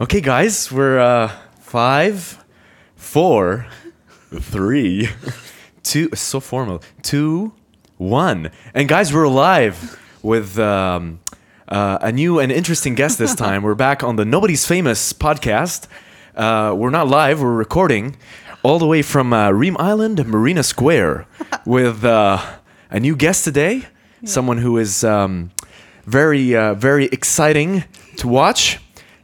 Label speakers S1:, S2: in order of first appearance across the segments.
S1: Okay, guys, we're uh, five, four, three, two. So formal. Two, one, and guys, we're alive with um, uh, a new and interesting guest this time. we're back on the Nobody's Famous podcast. Uh, we're not live; we're recording all the way from uh, Ream Island, Marina Square, with uh, a new guest today. Someone who is um, very, uh, very exciting to watch.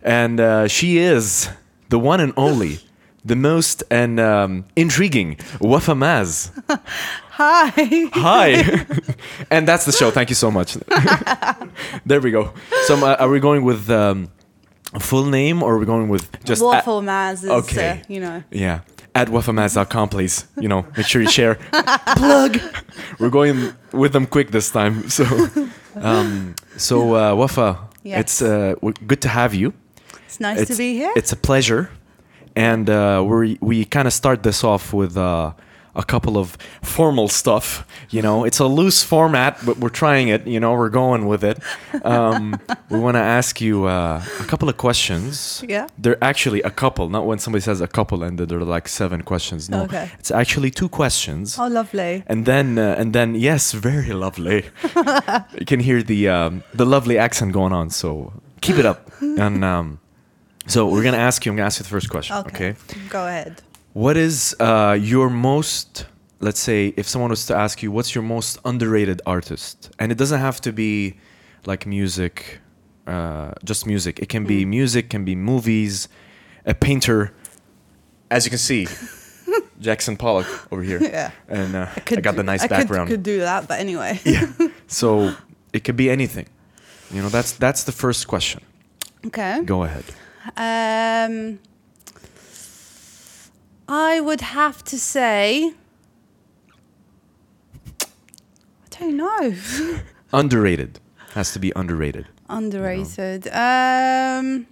S1: And uh, she is the one and only, the most and um, intriguing Wafa Maz.
S2: Hi.
S1: Hi. and that's the show. Thank you so much. there we go. So uh, are we going with um, a full name or are we going with just at-
S2: Waffle Maz is,
S1: Okay.
S2: uh, you know.
S1: yeah. At wafamaz.com, please. You know, make sure you share. Plug. We're going with them quick this time. So, um, so uh, Wafa,
S2: Yes.
S1: it's uh, w- good to have you.
S2: It's nice to
S1: It's-
S2: be here.
S1: It's a pleasure, and uh, we we kind of start this off with uh, a couple of formal stuff. You know, it's a loose format, but we're trying it. You know, we're going with it. Um, we want to ask you uh, a couple of questions.
S2: Yeah.
S1: they're actually a couple. Not when somebody says a couple and then there are like seven questions. No,
S2: Okay.
S1: it's actually two questions.
S2: oh, lovely.
S1: And then, uh, and then, yes, very lovely. you can hear the um, the lovely accent going on. So keep it up. And um, so we're gonna ask you. I'm gonna ask you the first question. Okay.
S2: Okay. Go ahead.
S1: What is uh, your most? Let's say if someone was to ask you, what's your most underrated artist? And it doesn't have to be like music, uh, just music. It can
S2: Mm.
S1: be music, can be movies, a painter. As you can see, Jackson Pollock over here.
S2: Yeah.
S1: And uh, I,
S2: Could
S1: got the
S2: do-
S1: nice
S2: I could-
S1: background.
S2: Could, do that, but anyway.
S1: Yeah. So it could be anything. You know, that's that's the first question.
S2: Okay.
S1: Go ahead.
S2: Um, I would have to say. I don't know.
S1: Underrated has to be underrated.
S2: Underrated. Um,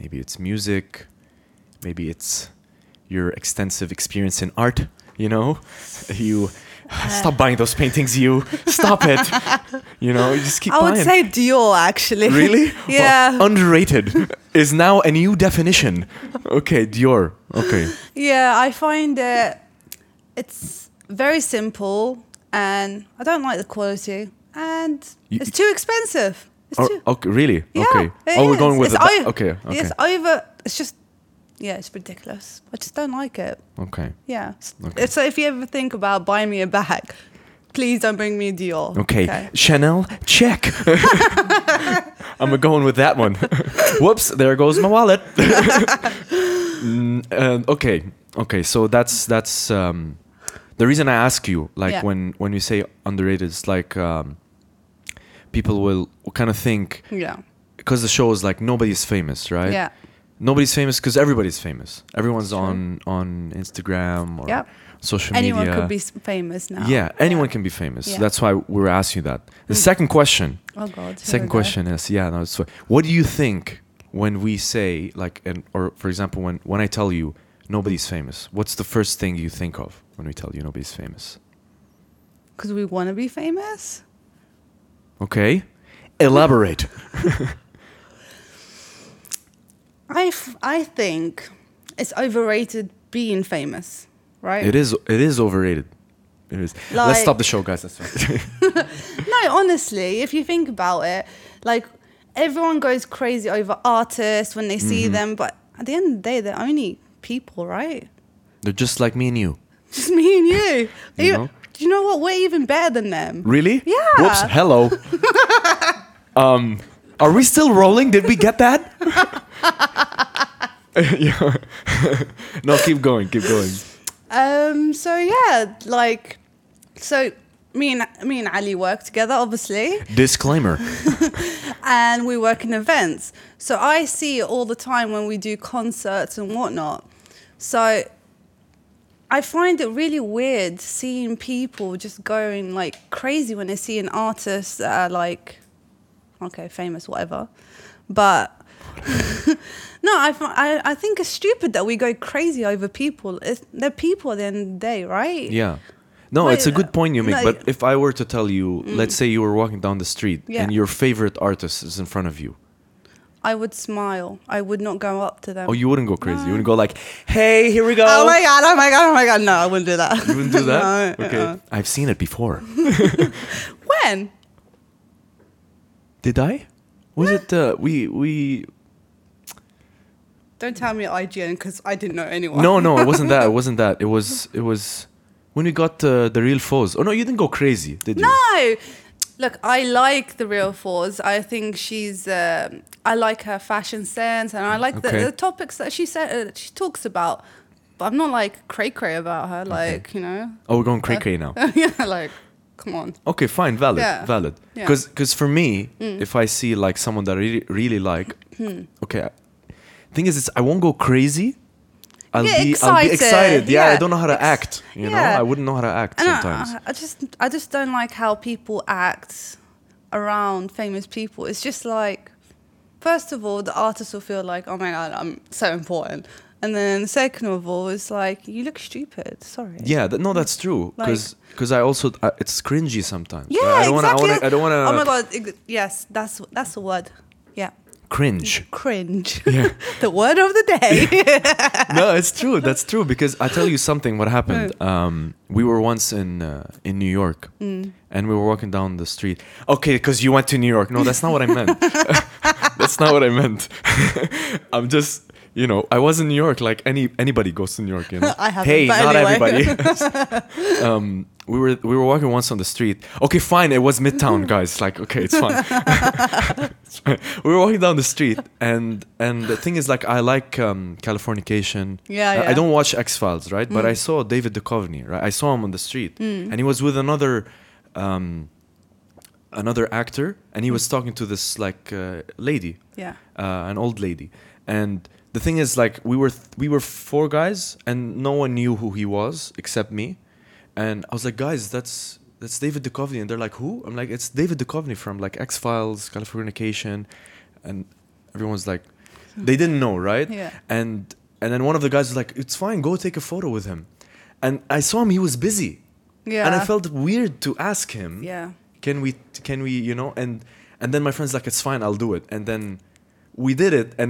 S1: Maybe it's music. Maybe it's your extensive experience in art. You know, you
S2: Uh,
S1: stop buying those paintings. You stop it. you know, you just keep
S2: I
S1: buying.
S2: would say Dior, actually.
S1: Really?
S2: yeah.
S1: Well, underrated is now a new definition. Okay, Dior. Okay.
S2: Yeah, I find it it's very simple and I don't like the quality and
S1: You-
S2: it's too expensive. It's
S1: Or-
S2: too
S1: Oh, okay. Really?
S2: yeah,
S1: okay.
S2: it
S1: oh, we're
S2: is.
S1: going with
S2: it's
S1: it. Ba-
S2: o-
S1: okay. Okay.
S2: It's over it's just yeah, it's ridiculous. I just don't like it.
S1: Okay.
S2: Yeah. S-
S1: Okay.
S2: So if you ever think about buying me a bag, please don't bring me a Dior.
S1: Okay. Chanel, check. I'm going with that one. Whoops, there goes my wallet. Mm, uh, okay, okay. So that's that's um, the reason I ask you. Like
S2: Yeah.
S1: when when you say underrated, it's like um, people will kind of think
S2: Yeah.
S1: because the show is like nobody's famous, right?
S2: Yeah.
S1: Nobody's famous because everybody's famous. Everyone's on on Instagram or
S2: Yep.
S1: social
S2: Anyone
S1: media.
S2: could be s- famous now.
S1: Yeah, anyone can be famous.
S2: Yeah. Hmm.
S1: That's why we're asking you that. The second question.
S2: Oh god. here we
S1: Second
S2: go.
S1: question is yeah, no, it's what do you think when we say like and or for example when when I tell you nobody's famous, what's the first thing you think of when we tell you nobody's famous?
S2: Cuz we want to be famous?
S1: Okay? Elaborate.
S2: I, f- I think it's overrated being famous, right?
S1: it is it is overrated. It is. Let's stop
S2: Like-
S1: the show, guys. That's fine.
S2: No, honestly, if you think about it, like everyone goes crazy over artists when they see
S1: Mm-hmm.
S2: them, but at the end of the day, they're only people, right?
S1: They're just like me and you.
S2: Just me and you.
S1: You
S2: You-
S1: know?
S2: Do you know what? We're even better than them.
S1: Really?
S2: Yeah.
S1: Whoops. Hello. um, are we still rolling? Did we get that? Yeah. no, keep going. Keep going.
S2: Um, so yeah, like, so me and me and Ali work together, obviously.
S1: Disclaimer.
S2: and we work in events. So I see it all the time when we do concerts and whatnot. So I find it really weird seeing people just going like crazy when they see an artist that are like, okay, famous, whatever. But no, I, fi- I, I think it's stupid that we go crazy over people. It's, they're people at the end of the day, right?
S1: Yeah. No,
S2: Wait,
S1: it's a good point you make.
S2: no, Mm.
S1: but if I were to tell you, let's say you were walking down the street
S2: Yeah.
S1: and your favorite artist is in front of you,
S2: I would smile. I would not go up to them.
S1: Oh, you wouldn't go crazy. You wouldn't go like, "Hey, here we go."
S2: Oh my god! Oh my god! Oh my god! No, I wouldn't do that.
S1: You wouldn't do that.
S2: No,
S1: okay,
S2: uh-uh.
S1: I've seen it before.
S2: When?
S1: Did I? Was it uh, we we?
S2: Don't tell me IGN because I didn't know anyone.
S1: No, no, it wasn't that. It wasn't that. It was it was when we got uh, the real foes. Oh no, you didn't go crazy, did you?
S2: No. Look, I like the real fours. I think she's. um I like her fashion sense, and I like
S1: Okay.
S2: the, the topics that she said uh, she talks about. But I'm not like cray cray about her. Like you know.
S1: Oh, we're going cray cray now.
S2: yeah, like come on.
S1: Okay, fine, valid,
S2: Uh, Yeah.
S1: valid.
S2: Yeah. Mm.
S1: Because for me, if I see like someone that I really really like,
S2: Hmm.
S1: okay, I- thing is, it's, I won't go crazy. I'll be
S2: Get
S1: I'll be excited.
S2: excited,
S1: Yeah, I
S2: yeah.
S1: don't know how to
S2: Ex-
S1: act. You know,
S2: yeah. uh,
S1: I wouldn't know how to act
S2: I don't-
S1: sometimes.
S2: I just I just don't like how people act around famous people. It's just like, first of all, the artist will feel like, oh my god, I'm so important, and then second of all, it's like you look stupid. Sorry.
S1: Yeah, th- no, that's true.
S2: Like-
S1: Because I also I, it's cringy sometimes.
S2: Yeah,
S1: I don't
S2: exactly.
S1: Wanna, I, wanna, I don't want to.
S2: Oh my god! ex- Yes, that's that's the word. Yeah,
S1: Cringe.
S2: cringe. the word of the day.
S1: no, it's true. That's true. Because I tell you something. What happened? Um, we were once in uh, in New York,
S2: Mm.
S1: and we were walking down the street. Okay, because you went to New York. No, that's not what I meant. that's not what I meant. I'm just. You know, I was in New York like any anybody goes to New York. You know,
S2: I haven't,
S1: hey,
S2: but
S1: not
S2: anyway.
S1: everybody. um, we were we were walking once on the street. Okay, fine, it was Midtown, guys. Like, okay, it's fine. we were walking down the street, and and the thing is, like, I like um, Californication.
S2: Yeah,
S1: I- I
S2: yeah. Mm.
S1: don't watch X Files, right? But I saw David Duchovny, right? I saw him on the street, and he was with another. Um, another actor and he was talking to this like uh, lady
S2: Mm. Yeah.
S1: uh, an old lady and the thing is like we were th- we were four guys and no one knew who he was except me and i was like guys that's that's david Duchovny. and they're like who i'm like it's david Duchovny from like x-files californication and everyone's like they didn't know right
S2: Yeah.
S1: and and then one of the guys was like it's fine go take a photo with him and i saw him he was busy and i
S2: Yeah.
S1: felt weird to ask him
S2: Yeah.
S1: can we can we you know and and then my friend's like it's fine i'll do it and then we did it and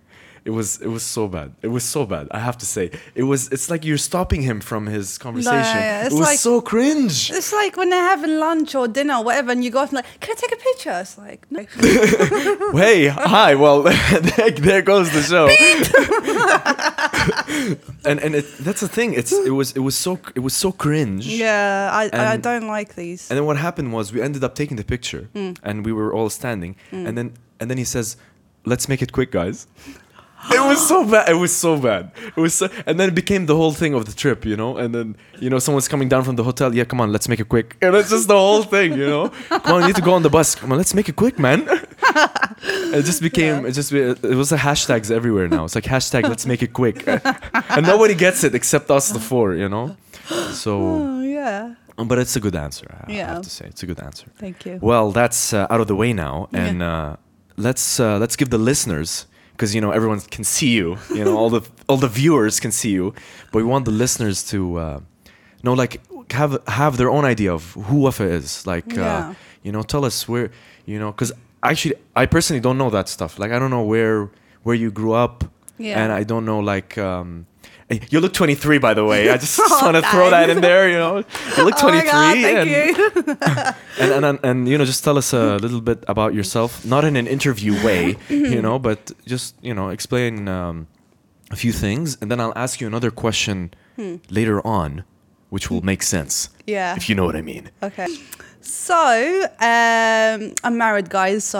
S1: it was it was so bad it was so bad i have to say it was it's like you're stopping him from his conversation
S2: yeah,
S1: it
S2: it's
S1: was
S2: like-
S1: so cringe
S2: It's like when they're having lunch or dinner or whatever, and you go off and like, "Can I take a picture?" It's like, no.
S1: hey hi well there, there goes the show and and it, that's the thing it's it was it was so it was so cringe
S2: Yeah, I, I
S1: And-
S2: don't like these.
S1: And then what happened was we ended up taking the picture and we were all standing. And then and then he says, "Let's make it quick, guys." It was so bad. It was so bad. It was so, and then it became the whole thing of the trip, you know. And then you know someone's coming down from the hotel. Yeah, come on, let's make it quick. And it's just the whole thing, you know. Come on, we need to go on the bus. Come on, let's make it quick, man. it just became. It just it was the hashtags everywhere now. It's like hashtag let's make it quick, and nobody gets it except us the four, you know. So.
S2: Oh yeah,
S1: Um, But it's a good answer. I I
S2: Yeah.
S1: have to say, it's a good answer.
S2: thank you.
S1: Well, that's uh, out of the way now,
S2: Yeah.
S1: and uh, let's uh, let's give the listeners, because you know everyone can see you, you know all the all the viewers can see you, but we want the listeners to uh, know like have have their own idea of who Wafa is. Like, uh,
S2: Yeah.
S1: you know, tell us where you know, because actually I personally don't know that stuff. Like, I don't know where where you grew up,
S2: Yeah.
S1: and I don't know like. Um, eh, you look 23, by the way. I just
S2: Oh,
S1: want to throw that
S2: thanks.
S1: in there. You know, you look 23,
S2: oh my god,
S1: and
S2: thank you.
S1: and, and, and and you know just tell us a little bit about yourself not in an interview way you know but just you know explain um, a few things and then i'll ask you another question later on which will make sense
S2: Hmm. Yeah.
S1: if you know what i mean
S2: okay. So um, I'm married, guys. So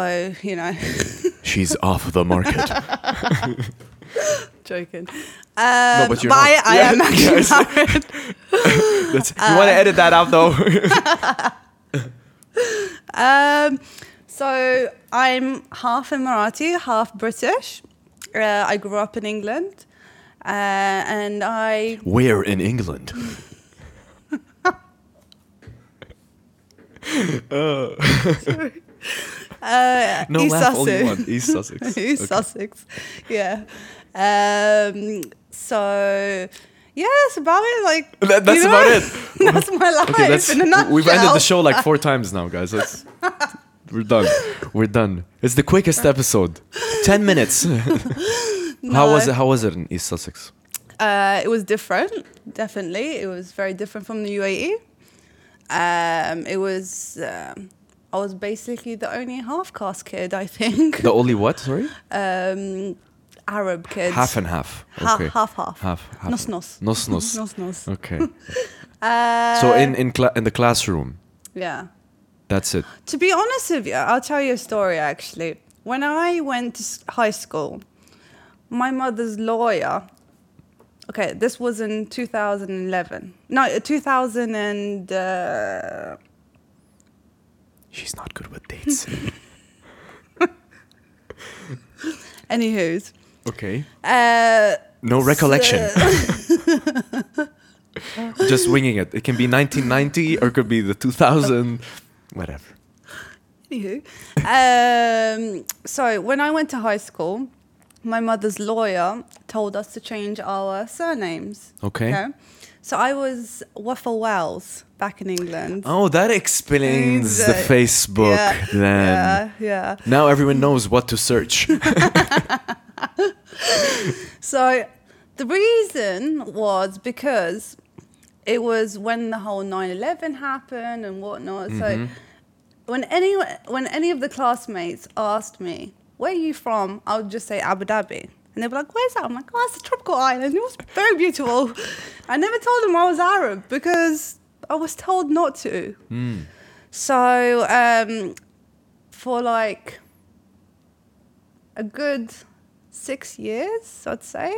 S2: you know,
S1: she's off the market
S2: joking. Um, no,
S1: but you're not.
S2: I, I
S1: Yeah,
S2: am
S1: yeah,
S2: actually
S1: it's like-
S2: married.
S1: That's, you
S2: Uh,
S1: want to edit that out though
S2: Um, so I'm half Emirati, half British. Uh, I grew up in England, uh, and I
S1: where in england
S2: uh,
S1: Oh. no
S2: East
S1: laugh all
S2: Sussex.
S1: you want east sussex
S2: East
S1: Okay.
S2: Sussex, yeah. Um, so yeah, that's about it. Like
S1: That- that's about it.
S2: that's my life
S1: okay that's
S2: in a nutshell. uh,
S1: we've ended the show like four times now guys that's We're done. We're done. It's the quickest episode. Ten minutes. How was
S2: No.
S1: it? How was it in East Sussex?
S2: Uh, it was different, definitely. It was very different from the UAE. Um, it was. Um, I was basically the only half caste kid, I think.
S1: The only what? Sorry.
S2: Um, Arab kid.
S1: Half and half.
S2: Ha-
S1: okay.
S2: half, half.
S1: Half. half.
S2: Nos, nos.
S1: Nos nos.
S2: Nos, nos.
S1: Okay.
S2: Uh,
S1: So in in cla- in the classroom.
S2: yeah.
S1: That's it.
S2: To be honest with you, I'll tell you a story actually. When I went to s- high school, my mother's lawyer, okay, this was in 2011. No, 2000 and. Uh,
S1: She's not good with dates.
S2: anywho's.
S1: okay.
S2: Uh,
S1: No recollection. Just winging it. It can be 1990 or it could be the 2000. Whatever.
S2: Anywho, um, so when I went to high school, my mother's lawyer told us to change our surnames.
S1: Okay.
S2: So I was Waffle Wells back in England.
S1: Oh, that explains the
S2: Exact-
S1: Facebook
S2: yeah,
S1: then.
S2: Yeah, yeah.
S1: Now everyone knows what to search.
S2: So the reason was because it was when the whole 9-11 happened and whatnot. So when any when any of the classmates asked me, where are you from? I would just say Abu Dhabi. And they were like, where's that? I'm like, oh, it's a tropical island. It was very beautiful. I never told them I was Arab because I was told not to. So um, for like a good six years, I'd say,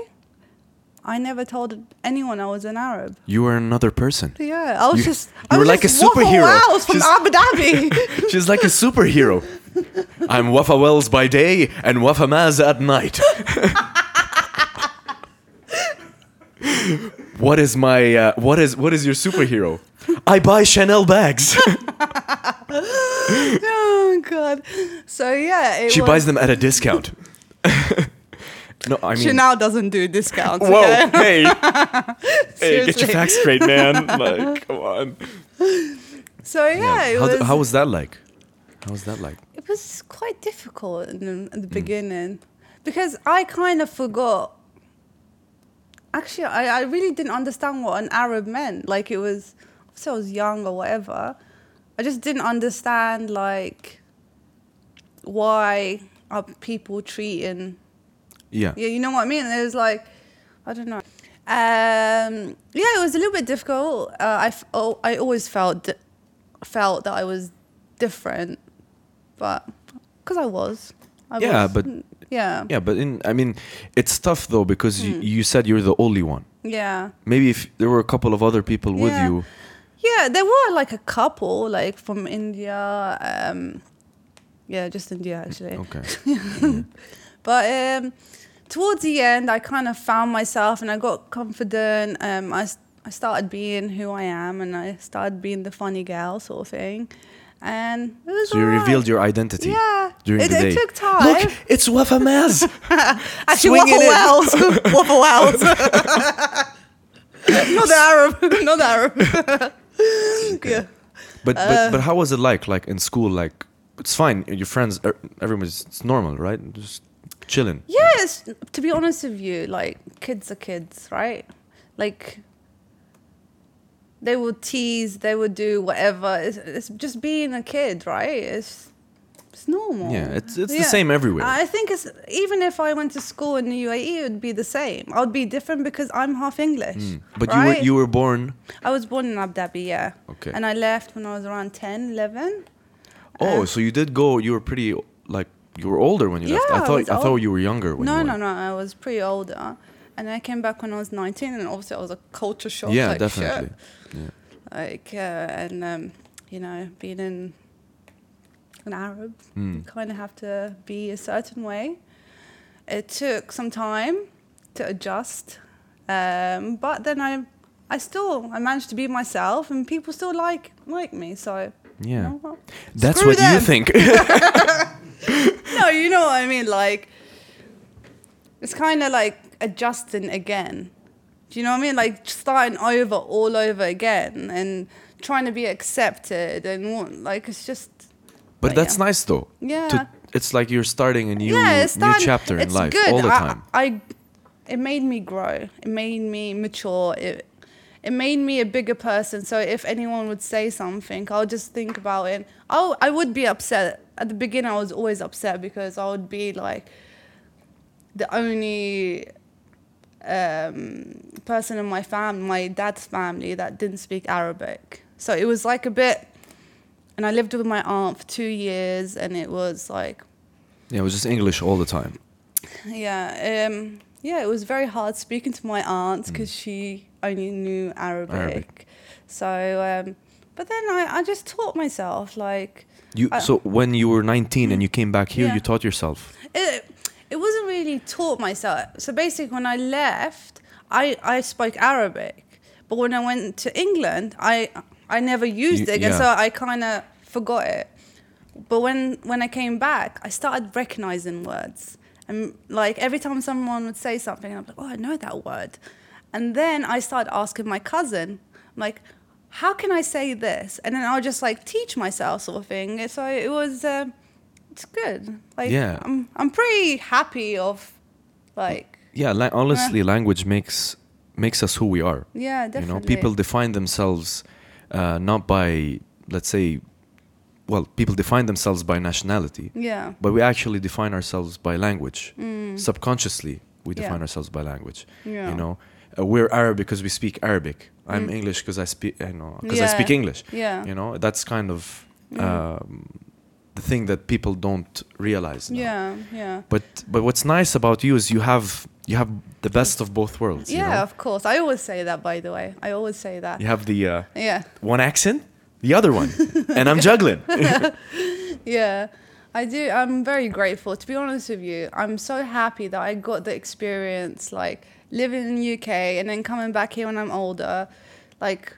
S2: I never told anyone I was an Arab.
S1: you are another person.
S2: Yeah, I was
S1: You-
S2: just.
S1: you
S2: I
S1: were
S2: was
S1: like a
S2: just Waffle
S1: superhero.
S2: House from
S1: Just-
S2: Abu Dhabi.
S1: She's like a superhero. I'm Wafa Wells by day and Wafa Maz at night. what is my uh, what is what is your superhero? I buy Chanel bags.
S2: oh God! So yeah, it
S1: she
S2: was,
S1: buys them at a discount. no, I mean
S2: She now doesn't do discounts.
S1: Whoa, hey.
S2: okay?
S1: hey, get
S2: Seriously.
S1: your facts straight, man. Like, come on.
S2: So yeah, it
S1: how,
S2: was.
S1: th- how was that like? How was that like?
S2: it was quite difficult in the, at the beginning because I kind of forgot. Actually, I, I really didn't understand what an Arab meant. Like it was, obviously I was young or whatever. I just didn't understand like why are people treating
S1: Yeah.
S2: yeah, you know what I mean. It was like, I don't know. Um, yeah, it was a little bit difficult. Uh, I, f- oh, I always felt di- felt that I was different, but because I was. I
S1: Yeah,
S2: was, mm,
S1: but-
S2: yeah, yeah,
S1: Yeah, but in I mean, it's tough though because
S2: Hmm.
S1: you, you said you're the only one.
S2: yeah,
S1: Maybe if there were a couple of other people with
S2: Yeah.
S1: you,
S2: There were like a couple, like from India. Um, yeah, just India actually.
S1: okay.
S2: But um, towards the end, I kind of found myself and I got confident. Um, I, s- I started being who I am and I started being the funny gal sort of thing. And it was
S1: So you
S2: alright.
S1: revealed your identity.
S2: Yeah.
S1: During
S2: It-
S1: the
S2: it
S1: day.
S2: took time.
S1: Look, it's Wafa Maz.
S2: Actually,
S1: swinging
S2: Waffle
S1: it.
S2: Wells. Waffle Wells. not the Arab. Not the Arab. yeah.
S1: But,
S2: Uh.
S1: but but how was it like? Like in school, like it's fine. Your friends, er, everyone's it's normal, right? Just chilling.
S2: Yes, to be honest with you, like kids are kids, right? Like they will tease, they will do whatever. It's, it's just being a kid, right? It's it's normal.
S1: Yeah, it's- it's the same everywhere.
S2: I think it's even if I went to school in the UAE, it would be the same. I would be different because I'm half English.
S1: Hmm. Mm. But you
S2: right?
S1: were you were born.
S2: I was born in Abu Dhabi, yeah.
S1: Okay.
S2: And I left when I was around 10, 11. Uh.
S1: Oh, so you did go. You were pretty like you were older when you left.
S2: Yeah,
S1: I
S2: I
S1: thought
S2: was
S1: I, thought
S2: old.
S1: you were younger when
S2: No,
S1: you
S2: no,
S1: went.
S2: no. I was pretty older, and I came back when I was nineteen, and obviously I was a culture shock.
S1: Yeah,
S2: like,
S1: definitely.
S2: Shit. Like, uh, and um, you know, being in an Arab,
S1: Hmm.
S2: you kind of have to be a certain way. It took some time to adjust, um, but then I, I still I managed to be myself, and people still like like me. So you
S1: Yeah.
S2: know what?
S1: That's
S2: Screw
S1: what you
S2: them.
S1: think.
S2: no, you know what I mean. Like, it's kind of like adjusting again. Do you know what I mean? Like starting over all over again and trying to be accepted and want, like it's just
S1: But,
S2: But
S1: that's
S2: yeah.
S1: nice though.
S2: Yeah.
S1: To, it's like you're starting a new
S2: yeah, it's done.
S1: new chapter in
S2: it's
S1: life
S2: good.
S1: all the
S2: I-
S1: time.
S2: I, it made me grow. It made me mature. It, it made me a bigger person. So if anyone would say something, I'll just think about it. Oh, I would be upset at the beginning. I was always upset because I would be like the only um, person in my family, my dad's family, that didn't speak Arabic. So it was like a bit. And I lived with my aunt for two years, and it was like
S1: yeah, it was just English all the time.
S2: yeah, um, yeah, it was very hard speaking to my aunt because she only knew Arabic.
S1: Mm. Arabic.
S2: So, um, but then I, I just taught myself. Like,
S1: You
S2: I-
S1: so when you were 19 and you came back here,
S2: Yeah.
S1: you taught yourself.
S2: it, it wasn't really taught myself. So basically, when I left, I, I spoke Arabic. But when I went to England, I, I never used
S1: You-
S2: it. And
S1: yeah.
S2: so I kind of forgot it. But when, when I came back, I started recognizing words. And like every time someone would say something, I'm like, oh, I know that word. And then I started asking my cousin, I'm like, how can I say this? And then I'll just like teach myself sort of thing. So it was, uh, it's good. Like,
S1: Yeah.
S2: I'm, I'm pretty happy of like,
S1: Yeah, la- honestly, language makes makes us who we are.
S2: yeah,
S1: You
S2: Uh-huh. definitely.
S1: know, people define themselves uh, not by let's say, well, people define themselves by nationality,
S2: yeah.
S1: but we actually define ourselves by language. Subconsciously, we
S2: Mm. Yeah.
S1: define ourselves by language.
S2: Yeah. Mm.
S1: You know, uh, we're Arab because we speak Arabic. I'm English because I speak. I know because I
S2: Yeah.
S1: speak English.
S2: Yeah. Mm.
S1: You know, that's kind of um, the thing that people don't realize. now.
S2: Yeah, yeah.
S1: But but what's nice about you is you have you have the best of both worlds.
S2: yeah,
S1: You, know?
S2: of course. I always say that, by the way. I always say that.
S1: you have the uh,
S2: Yeah,
S1: one accent, the other one, and I'm juggling.
S2: yeah. I do. I'm very grateful. To be honest with you, I'm so happy that I got the experience, like living in the UK and then coming back here when I'm older. Like,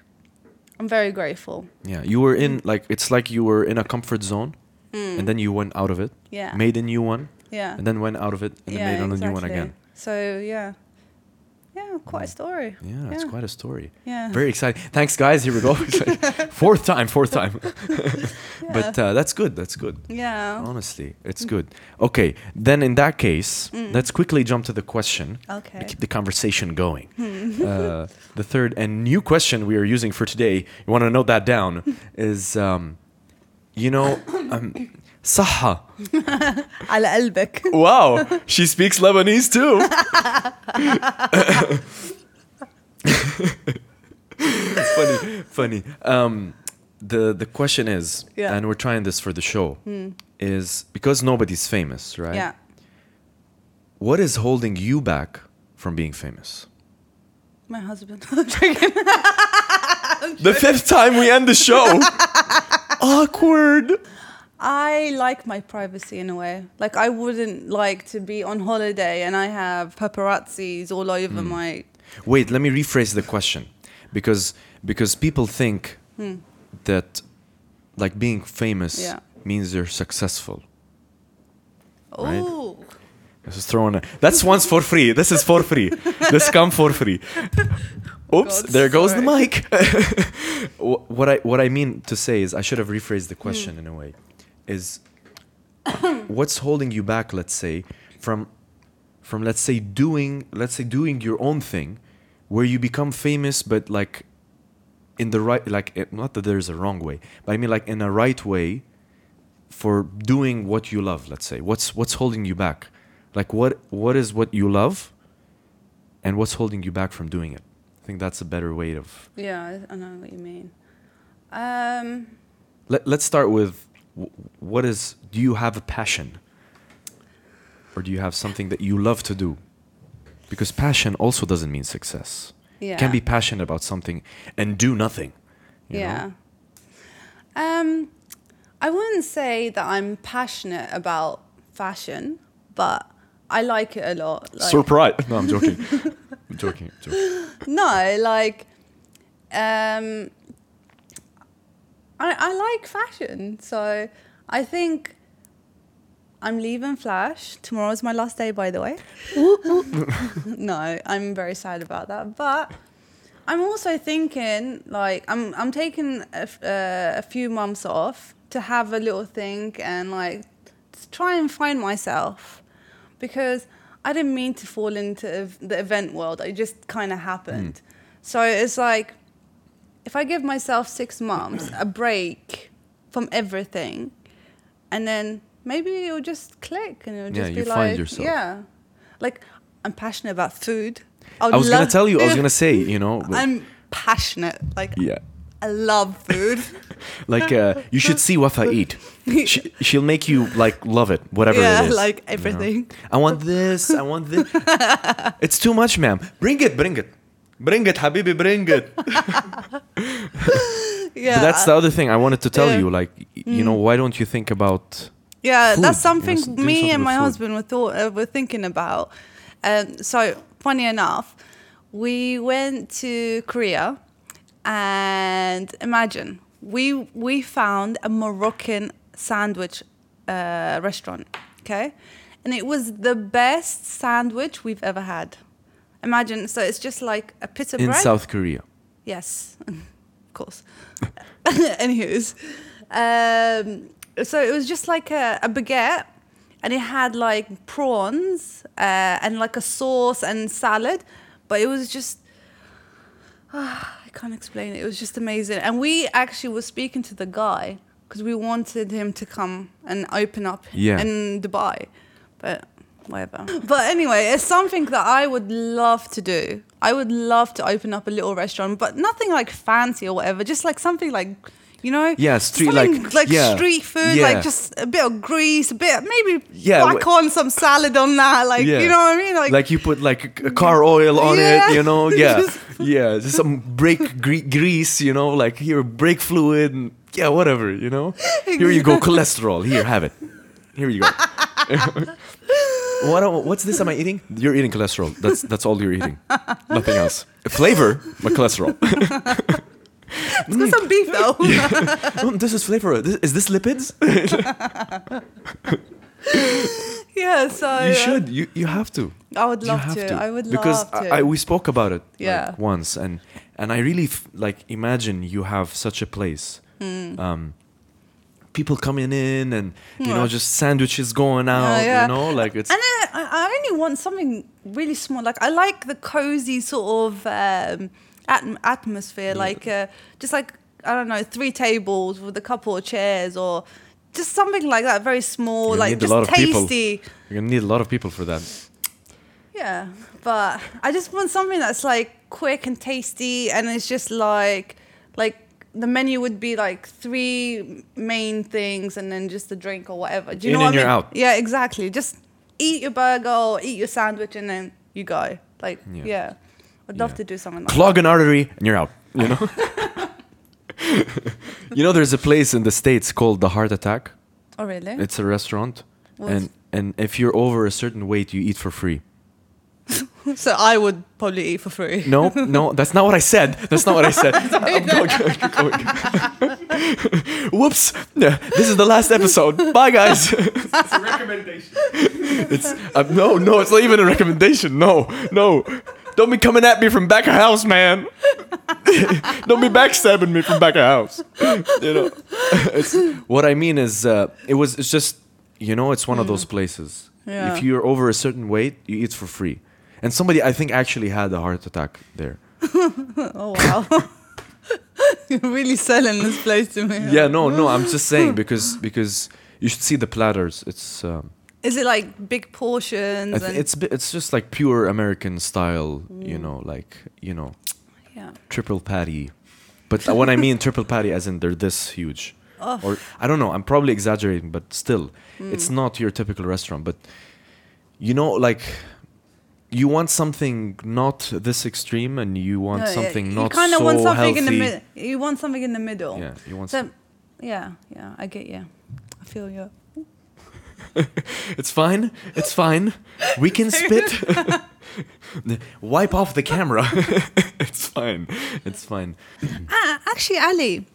S2: I'm very grateful.
S1: yeah, you were in like it's like you were in a comfort zone,
S2: Mm.
S1: and then you went out of it.
S2: Yeah.
S1: Made a new one,
S2: Yeah.
S1: and then went out of it, and
S2: yeah,
S1: then made a new one again. Mm.
S2: So yeah, yeah, quite a story.
S1: Yeah, it's quite a story.
S2: Yeah.
S1: Very exciting. Thanks, guys. Here we go. It's like fourth time, fourth time. But uh, that's good. That's good.
S2: Yeah.
S1: Honestly, it's good. Okay, then in that case, let's quickly jump to the question.
S2: Mm. Okay. Hmm.
S1: To keep the conversation going. uh, the third and new question we are using for today, you want to note that down, is um, you know, um, Saha.
S2: على قلبك.
S1: Wow, she speaks Lebanese too. funny, funny. Um, the the question is,
S2: Yeah. Hmm.
S1: and we're trying this for the show, is because nobody's famous, right?
S2: Yeah.
S1: What is holding you back from being famous?
S2: My husband. I'm joking.
S1: The fifth time we end the show. Awkward.
S2: I like my privacy in a way. Like I wouldn't like to be on holiday and I have paparazzis all
S1: Hmm.
S2: over my.
S1: Wait, let me rephrase the question, because because people think that like being famous
S2: Yeah.
S1: means you're successful. Right.
S2: Oh,
S1: This is thrown. That's once for free. This is for free. This come for free. Oops!
S2: God,
S1: there goes the
S2: sorry.
S1: mic. Wh- what I what I mean to say is I should have rephrased the question in a way. Is what's holding you back? Let's say from from let's say doing let's say doing your own thing, where you become famous, but like in the right like eh, not that there's a wrong way, but I mean like in a right way for doing what you love let's say what's what's holding you back like what what is what you love and what's holding you back from doing it i think that's a better way of
S2: yeah, I I know what you mean. Um,
S1: Let, let's start with wh- what is do you have a passion or do you have something that you love to do because passion also doesn't mean success you
S2: Yeah.
S1: can be passionate about something and do nothing you know?
S2: yeah. Um, I wouldn't say that I'm passionate about fashion, but I like it a lot. Like,
S1: surprise no i'm joking i'm joking, joking.
S2: no, like, um, I, I like fashion, so I think I'm leaving Flash. Tomorrow's my last day, by the way. no, I'm very sad about that, but I'm also thinking like I'm I'm taking a, f- uh, a few months off to have a little think and like just try and find myself because I didn't mean to fall into ev- the event world. It just kind of happened.
S1: Mm.
S2: So it's like if I give myself six months a break from everything, and then maybe it'll just click and it'll
S1: Yeah,
S2: just be
S1: you
S2: like,
S1: find yourself.
S2: yeah, like I'm passionate about food. would
S1: I was gonna
S2: love-
S1: tell you. I was gonna say. You know. but-
S2: I'm passionate. Like
S1: yeah.
S2: I love food.
S1: Like uh, you should see Wafa eat. She, she'll make you like love it, whatever
S2: Yeah,
S1: it is.
S2: like
S1: you know?
S2: everything.
S1: I want this. I want this. it's too much, ma'am. Bring it. Bring it. Bring it, Habibi. Bring it.
S2: yeah,
S1: But that's the other thing I wanted to tell
S2: Yeah. Mm.
S1: you. Like, y- you know, why don't you think about?
S2: yeah.
S1: food, you know,
S2: That's something
S1: s- doing
S2: me
S1: something
S2: and
S1: with
S2: my
S1: food.
S2: husband were thought uh, were thinking about. Um, so funny enough, we went to Korea, and imagine we we found a Moroccan sandwich uh, restaurant. Okay, and it was the best sandwich we've ever had. Imagine, so it's just like a pizza
S1: in
S2: bread.
S1: South Korea.
S2: Yes, of course. Anywho's, um, so it was just like a, a baguette, and it had like prawns uh, and like a sauce and salad, but it was just. I can't explain it. It was just amazing. And we actually were speaking to the guy because we wanted him to come and open up
S1: Yeah.
S2: in Dubai. But whatever. But anyway, it's something that I would love to do. I would love to open up a little restaurant, but nothing like fancy or whatever. Just like something like, you know,
S1: Yeah, street-
S2: something
S1: like-
S2: like
S1: yeah,
S2: street food,
S1: yeah.
S2: like just a bit of grease, a bit maybe
S1: Yeah,
S2: whack
S1: wh-
S2: on some salad on that, like you know what I mean, like,
S1: you put like a car oil on
S2: Yeah.
S1: it, you know? Yeah.
S2: Just-
S1: yeah. Just some brake gre- grease, you know? Like here, brake fluid. And, yeah, whatever, you know? Here you go, cholesterol. Here, have it. Here you go. what, am- what's this am I eating? You're eating cholesterol. That's, that's all you're eating. Nothing else. Flavor, but cholesterol.
S2: it's got some beef though.
S1: Mm, this is flavor. This, is this lipids?
S2: yeah, so
S1: you
S2: uh,
S1: should. You you have to.
S2: I would
S1: You
S2: love
S1: have
S2: to. I would
S1: because
S2: love to.
S1: I, I- we spoke about it
S2: Yeah.
S1: like, once, and and I really f- like imagine you have such a place.
S2: Hmm.
S1: Um, people coming in and you know
S2: Yeah.
S1: just sandwiches going out.
S2: Hmm. yeah.
S1: You know, like it's
S2: And I, I I only want something really small. Like I like the cozy sort of um, atm- atmosphere, like uh, just like I don't know, three tables with a couple of chairs, or just something like that, very small,
S1: You
S2: like
S1: need a
S2: just
S1: lot of people.
S2: tasty.
S1: you're gonna need a lot of people for that.
S2: Yeah, but I just want something that's like quick and tasty, and it's just like like the menu would be like three main things, and then just a drink or whatever. Do you
S1: In
S2: know
S1: and
S2: what
S1: you're
S2: I mean?
S1: out.
S2: Yeah, exactly. Just eat your burger or eat your sandwich, and then you go. Like
S1: Yeah.
S2: yeah, I'd love
S1: Yeah.
S2: to do something like.
S1: Clog an artery and you're out. You know. you know, there's a place in the states called the Heart Attack.
S2: that. Oh really?
S1: It's a restaurant,
S2: What?
S1: and and if you're over a certain weight, you eat for free.
S2: so I would probably eat for free.
S1: No, no, that's not what I said. That's not what I said. I'm going- going- Whoops! Yeah, This is the last episode. Bye, guys.
S3: It's a recommendation.
S1: It's uh, no, no. It's not even a recommendation. No, no. Don't be coming at me from back of house, man. Don't be backstabbing me from back of house. You know. It's, what I mean is, uh, it was. It's just, you know, it's one of those places.
S2: Yeah.
S1: If you're over a certain weight, you eat for free. And somebody, I think, actually had a heart attack there.
S2: Oh wow. You're really selling this place to me.
S1: yeah no no i'm just saying because because you should see the platters it's um,
S2: Is it like big portions?
S1: I th-
S2: and,
S1: it's bi- it's just like pure american style you
S2: Mm.
S1: know like you know
S2: yeah.
S1: triple patty but when i mean triple patty as in they're this huge
S2: Oh.
S1: or i don't know i'm probably exaggerating but still
S2: Mm.
S1: it's not your typical restaurant but you know like you want something not this extreme and you want
S2: No, yeah,
S1: something
S2: you
S1: not
S2: kinda
S1: so
S2: want something
S1: healthy
S2: in the middle. You want something in the middle.
S1: yeah you want
S2: So,
S1: some-
S2: yeah, yeah, I get you. I feel you.
S1: It's fine. It's fine. We can spit. Wipe off the camera. it's fine. It's fine.
S2: Ah, actually, Ali,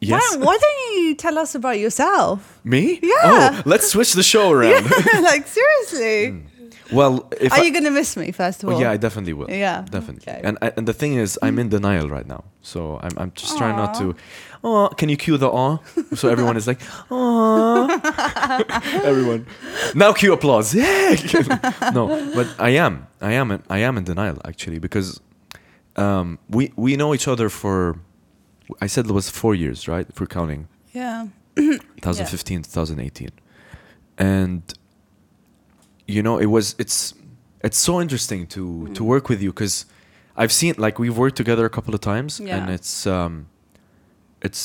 S1: Mm. Yes.
S2: why, why don't you tell us about yourself?
S1: Me?
S2: Yeah.
S1: Oh, let's switch the show around.
S2: like seriously.
S1: Well, if
S2: Are
S1: I,
S2: you going to miss me, first of all?
S1: well, Oh, yeah, I definitely will.
S2: Yeah,
S1: definitely.
S2: okay. Mm.
S1: And I- and the thing is, I'm in denial right now, so I'm I'm just trying not to. Oh, can you cue the aw? So everyone is like, oh, everyone. Now cue applause. Yeah. no, but I am, I am, in- I am in denial actually because um, we we know each other for, I said it was four years, right? If we're counting.
S2: Yeah.
S1: 2015 2018 and you know it was it's it's so interesting to to work with you because i've seen like we've worked together a couple of times and
S2: Yeah.
S1: it's um it's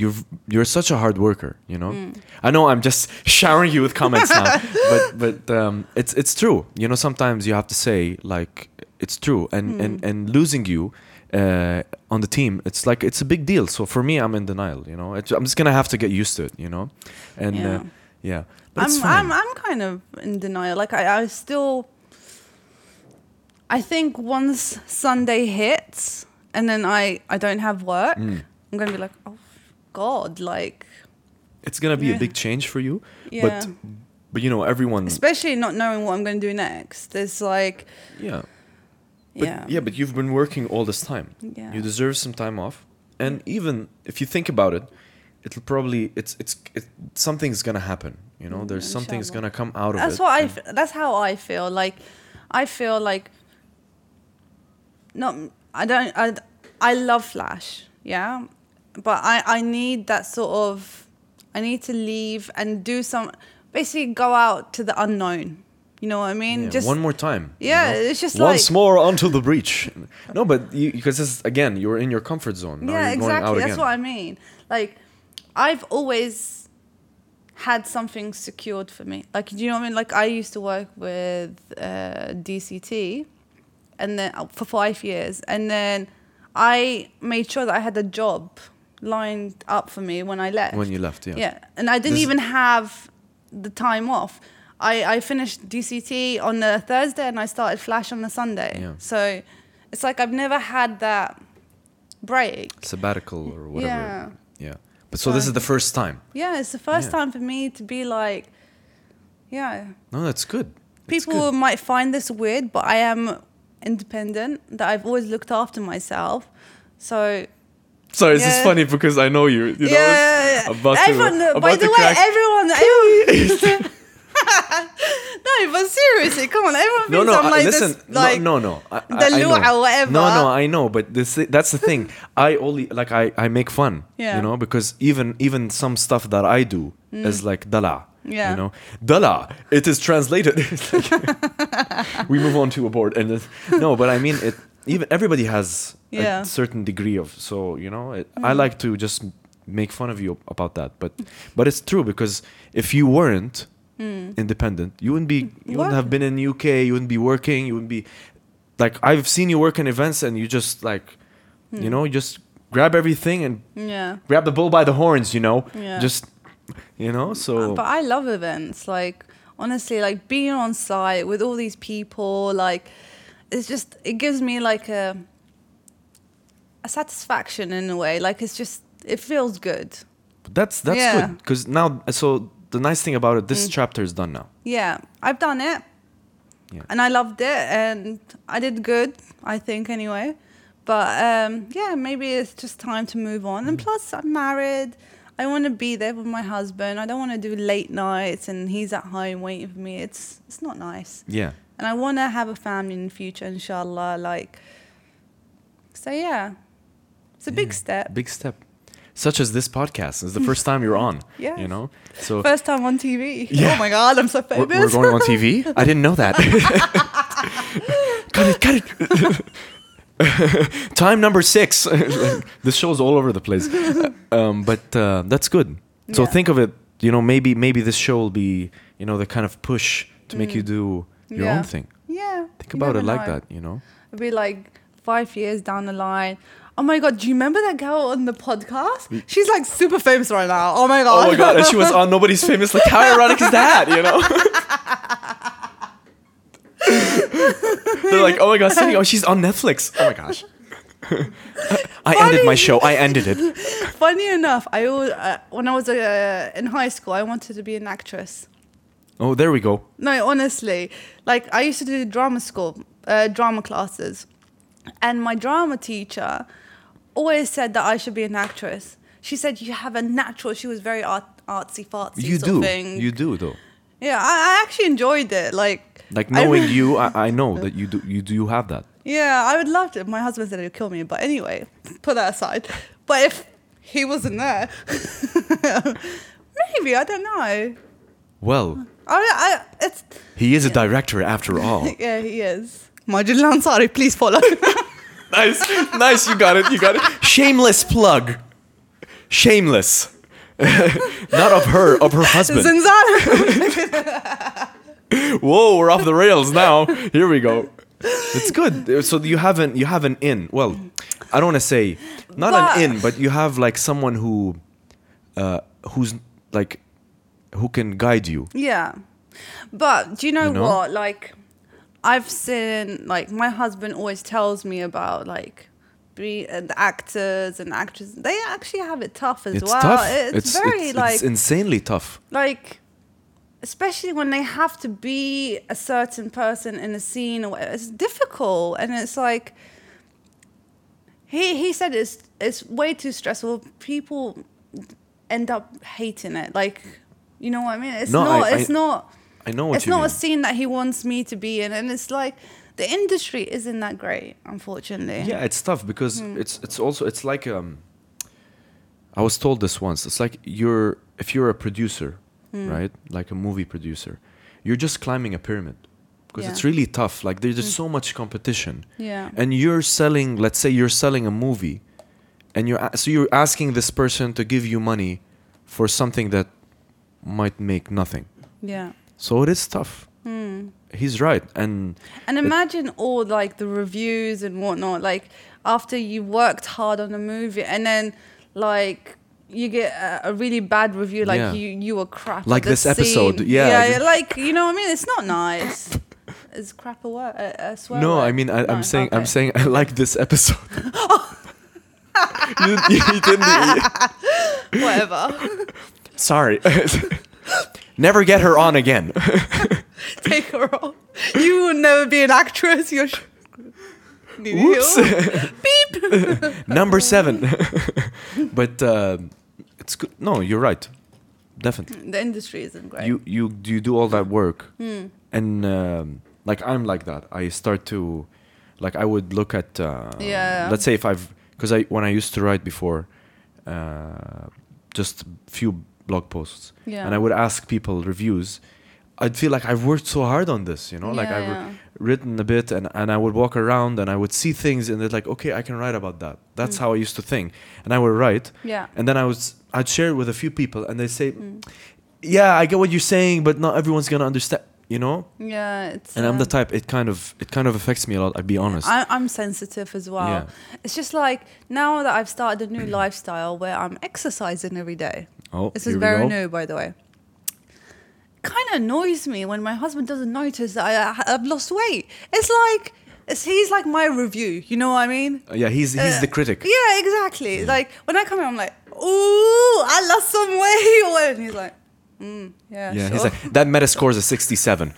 S1: you're you're such a hard worker you know
S2: Mm.
S1: i know i'm just showering you with comments now but but um it's it's true you know sometimes you have to say like it's true and and
S2: Mm.
S1: and losing you uh on the team it's like it's a big deal so for me i'm in denial you know it's, i'm just gonna have to get used to it you know and yeah, uh,
S2: Yeah.
S1: yeah. But it's
S2: I'm,
S1: fine.
S2: I'm, I'm kind of in denial. Like, I, I still. I think once Sunday hits and then I, I don't have work,
S1: Mm.
S2: I'm going to be like, oh, God. Like,
S1: it's gonna be a
S2: Yeah.
S1: big change for you
S2: Yeah.
S1: but but you know everyone
S2: especially not knowing what I'm going to do next. There's like,
S1: yeah But,
S2: yeah.
S1: but you've been working all this time.
S2: Yeah.
S1: You deserve some time off. And even if you think about it, it'll probably it's it's it, something's gonna happen. You know, there's something's
S2: Mm, inshallah.
S1: gonna come out of it.
S2: That's what I.
S1: and-
S2: f- That's how I feel. Like, I feel like. Not. I don't. I. I love Flash. Yeah, but I. I need that sort of. I need to leave and do some. Basically, go out to the unknown. You know what I mean?
S1: yeah,
S2: just
S1: one more time. you
S2: Yeah,
S1: know?
S2: it's just
S1: once
S2: like-
S1: more onto the breach. No, but you because this again, you're in your comfort zone. Now
S2: yeah,
S1: you're
S2: exactly.
S1: going out
S2: That's
S1: again.
S2: what I mean. Like, I've always had something secured for me. Like, do you know what I mean? Like, I used to work with uh, DCT, and then uh, for five years, and then I made sure that I had a job lined up for me when I left.
S1: When you left, yeah.
S2: Yeah, and I didn't
S1: This-
S2: even have the time off. I, I finished DCT on a Thursday and I started Flash on a Sunday.
S1: Yeah.
S2: So it's like I've never had that break.
S1: Sabbatical or whatever.
S2: Yeah.
S1: Yeah. But so this
S2: So-
S1: is the first time.
S2: Yeah, it's the first
S1: Yeah.
S2: time for me to be like, yeah.
S1: No, that's good. That's
S2: People
S1: good.
S2: might find this weird, but I am independent, that I've always looked after myself. So
S1: Sorry, this is
S2: yeah.
S1: funny because I know you. You know,
S2: yeah,
S1: it's about to-
S2: everyone, by
S1: about
S2: the
S1: to
S2: way,
S1: crack-
S2: everyone, everyone. no, but seriously, come on, everyone
S1: no,
S2: thinks
S1: no,
S2: I'm
S1: I-
S2: like
S1: listen,
S2: this, like
S1: no, no, no, I, I-
S2: the
S1: I
S2: lua
S1: know.
S2: or whatever.
S1: No, no, I know, but this that's the thing. I only like I, I make fun,
S2: Yeah. Mm.
S1: you know, because even even some stuff that I do is like dala,
S2: Yeah.
S1: you know, dala. It is translated. It's like- we move on to a board, and it, no, but I mean it. Even everybody has
S2: Yeah.
S1: a certain degree of so you know. It, I
S2: Mm.
S1: like to just make fun of you about that, but but it's true because if you weren't.
S2: Mm.
S1: Independent, you wouldn't be. You wouldn't
S2: What?
S1: have been in UK. You wouldn't be working. You wouldn't be like I've seen you work in events and you just like you
S2: Mm.
S1: know you just grab everything and
S2: yeah.
S1: grab the bull by the horns you know
S2: Yeah. Uh,
S1: just you know so
S2: But I love events. Like honestly, like being on site with all these people, like it's just it gives me like a a satisfaction in a way. Like it's just it feels good.
S1: that's that's
S2: Yeah. Mm.
S1: good because now so the nice thing about it this chapter is done now
S2: Yeah, I've done it.
S1: Yeah.
S2: And I loved it and I did good, I think anyway. But um, yeah, maybe it's just time to move on. And plus I'm married. I want to be there with my husband. I don't want to do late nights and he's at home waiting for me. It's it's not nice.
S1: yeah
S2: And I want to have a family in the future inshallah like So yeah. It's a big step.
S1: big step such as this podcast is the first time you're on
S2: Yeah.
S1: you know so
S2: First time on TV.
S1: Yeah.
S2: Oh my god, I'm so
S1: we're,
S2: famous.
S1: we're going on TV I didn't know that cut it cut it time number six this show's all over the place um, but uh, that's good so
S2: Yeah.
S1: think of it you know maybe maybe this show will be you know the kind of push to make you do your
S2: Mm. Yeah.
S1: own thing
S2: yeah.
S1: think
S2: you
S1: about
S2: never
S1: it like
S2: know.
S1: that you know
S2: It'd be like five years down the line. Oh my god, do you remember that girl on the podcast? She's like super famous right now. Oh my
S1: Mm.
S2: god.
S1: oh my god and she was on nobody's famous like how ironic is that you know they're like oh my god Cindy, oh she's on netflix oh my gosh i ended my
S2: Funny.
S1: show i ended it
S2: Funny enough, I always, uh, when I was uh, in high school, I wanted to be an actress.
S1: Oh, there we go.
S2: No, honestly, like I used to do drama school, uh, drama classes, and my drama teacher always said that I should be an actress. She said you have a natural. She was very art, artsy fartsy.
S1: you
S2: sort
S1: do.
S2: Of thing.
S1: You do though.
S2: yeah, I, I actually enjoyed it. Like
S1: Like
S2: I
S1: knowing
S2: re-
S1: you, I, I know that you do. You do have that.
S2: Yeah, I would love to. My husband said he'd kill me, but anyway, put that aside. But if he wasn't there, maybe I don't know.
S1: Well,
S2: I, I it's
S1: he is a director after all.
S2: yeah, he is. Majid Lansari, please follow.
S1: nice, nice. You got it. You got it. Shameless plug. Shameless. Not of her, of her husband.
S2: Zinzara.
S1: Whoa, we're off the rails now. Here we go. It's good. So you have an you have an in. Well, I don't want to say not
S2: But-
S1: an in, but you have like someone who, uh, who's like, who can guide you.
S2: yeah, but do you know,
S1: You know?
S2: what? Like, I've seen like my husband always tells me about like. Be, uh, the actors and actresses they actually have it tough as
S1: It's
S2: well
S1: tough.
S2: it's, very
S1: it's,
S2: like
S1: it's insanely tough.
S2: like especially when they have to be a certain person in a scene or whatever, it's difficult and it's like he he said it's it's way too stressful people end up hating it like you know what i mean it's
S1: No, I-
S2: not
S1: I-
S2: it's not
S1: I know what
S2: it's
S1: you
S2: not
S1: mean.
S2: a scene that he wants me to be in and it's like the industry isn't that great unfortunately
S1: Yeah, it's tough because
S2: Hmm.
S1: it's it's also it's like um. I was told this once. It's like you're if you're a producer,
S2: Hmm.
S1: right? Like a movie producer, you're just climbing a pyramid because
S2: Yeah. Hmm.
S1: it's really tough. Like there's just so much competition.
S2: Yeah.
S1: And you're selling, let's say you're selling a movie, and you're a- so you're asking this person to give you money for something that might make nothing.
S2: yeah
S1: So it is tough.
S2: Hmm.
S1: He's right, and
S2: And imagine all like the reviews and whatnot, like after you worked hard on a movie and then like you get a, a really bad review, like
S1: Yeah.
S2: you you were crap. at
S1: Like this episode,
S2: scene.
S1: yeah,
S2: yeah,
S1: you-
S2: yeah, like you know what I mean. It's not nice. Is crap a word? A, a swear
S1: No,
S2: word?
S1: I mean I,
S2: No,
S1: I'm saying I'm
S2: okay.
S1: saying I like this episode. you, you didn't.
S2: whatever.
S1: Sorry. Never get her on again.
S2: Take her off. You will never be an actress. You're. Sh-
S1: Whoops.
S2: Beep.
S1: Number seven. but uh, it's good. No, you're right. Definitely.
S2: The industry isn't great. Hmm.
S1: You you you do all that work, and um, like I'm like that. I start to, like I would look at. Uh,
S2: Yeah.
S1: Let's say if I've because I when I used to write before, uh, just few blog posts,
S2: Yeah.
S1: and I would ask people reviews. I'd feel like I've worked so hard on this, you know, like
S2: Yeah,
S1: I've
S2: yeah.
S1: written a bit and, and I would walk around and I would see things and they're like, okay, I can write about that. That's how I used to think. And I would write.
S2: Mm. Yeah. Mm.
S1: And then I was, I'd share it with a few people and they say, yeah, I get what you're saying, but not everyone's going to understand, you know?
S2: yeah, it's.
S1: And I'm the
S2: um,
S1: type, it kind of, it kind of affects me a lot. I'll be honest.
S2: I, I'm sensitive as well.
S1: Yeah.
S2: It's just like now that I've started a new lifestyle where I'm exercising every day.
S1: Oh,
S2: this
S1: here
S2: is
S1: we
S2: very
S1: go.
S2: new, by the way. Kind of annoys me when my husband doesn't notice that I, I, have lost weight. It's like it's, he's like my review. You know what I mean?
S1: yeah. He's, he's the
S2: Uh,
S1: critic.
S2: Yeah, exactly. Like when I come in, I'm like, "Ooh, I lost some weight," and he's like, mm, "Yeah,
S1: Yeah,
S2: sure."
S1: he's like that meta score is a 67.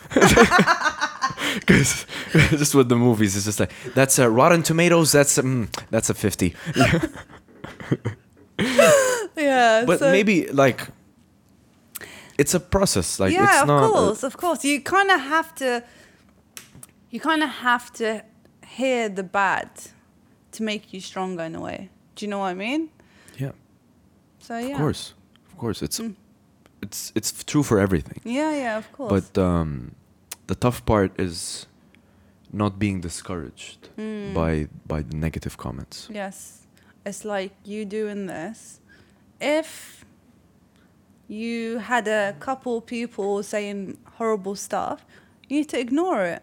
S1: Because just with the movies, it's just like that's a Rotten Tomatoes. That's um, that's a 50.
S2: yeah,
S1: But
S2: so-
S1: maybe like it's a process. Like
S2: yeah,
S1: it's
S2: of
S1: not. uh,
S2: course, of course. You kind of have to. You kind of have to hear the bad to make you stronger in a way. Do you know what I mean?
S1: yeah, of
S2: So yeah.
S1: course, of course. It's it's it's f- true for everything.
S2: Yeah, yeah, of course.
S1: But um, the tough part is not being discouraged
S2: Mm.
S1: by by the negative comments.
S2: yes, it's like you doing this. If you had a couple people saying horrible stuff, you need to ignore it,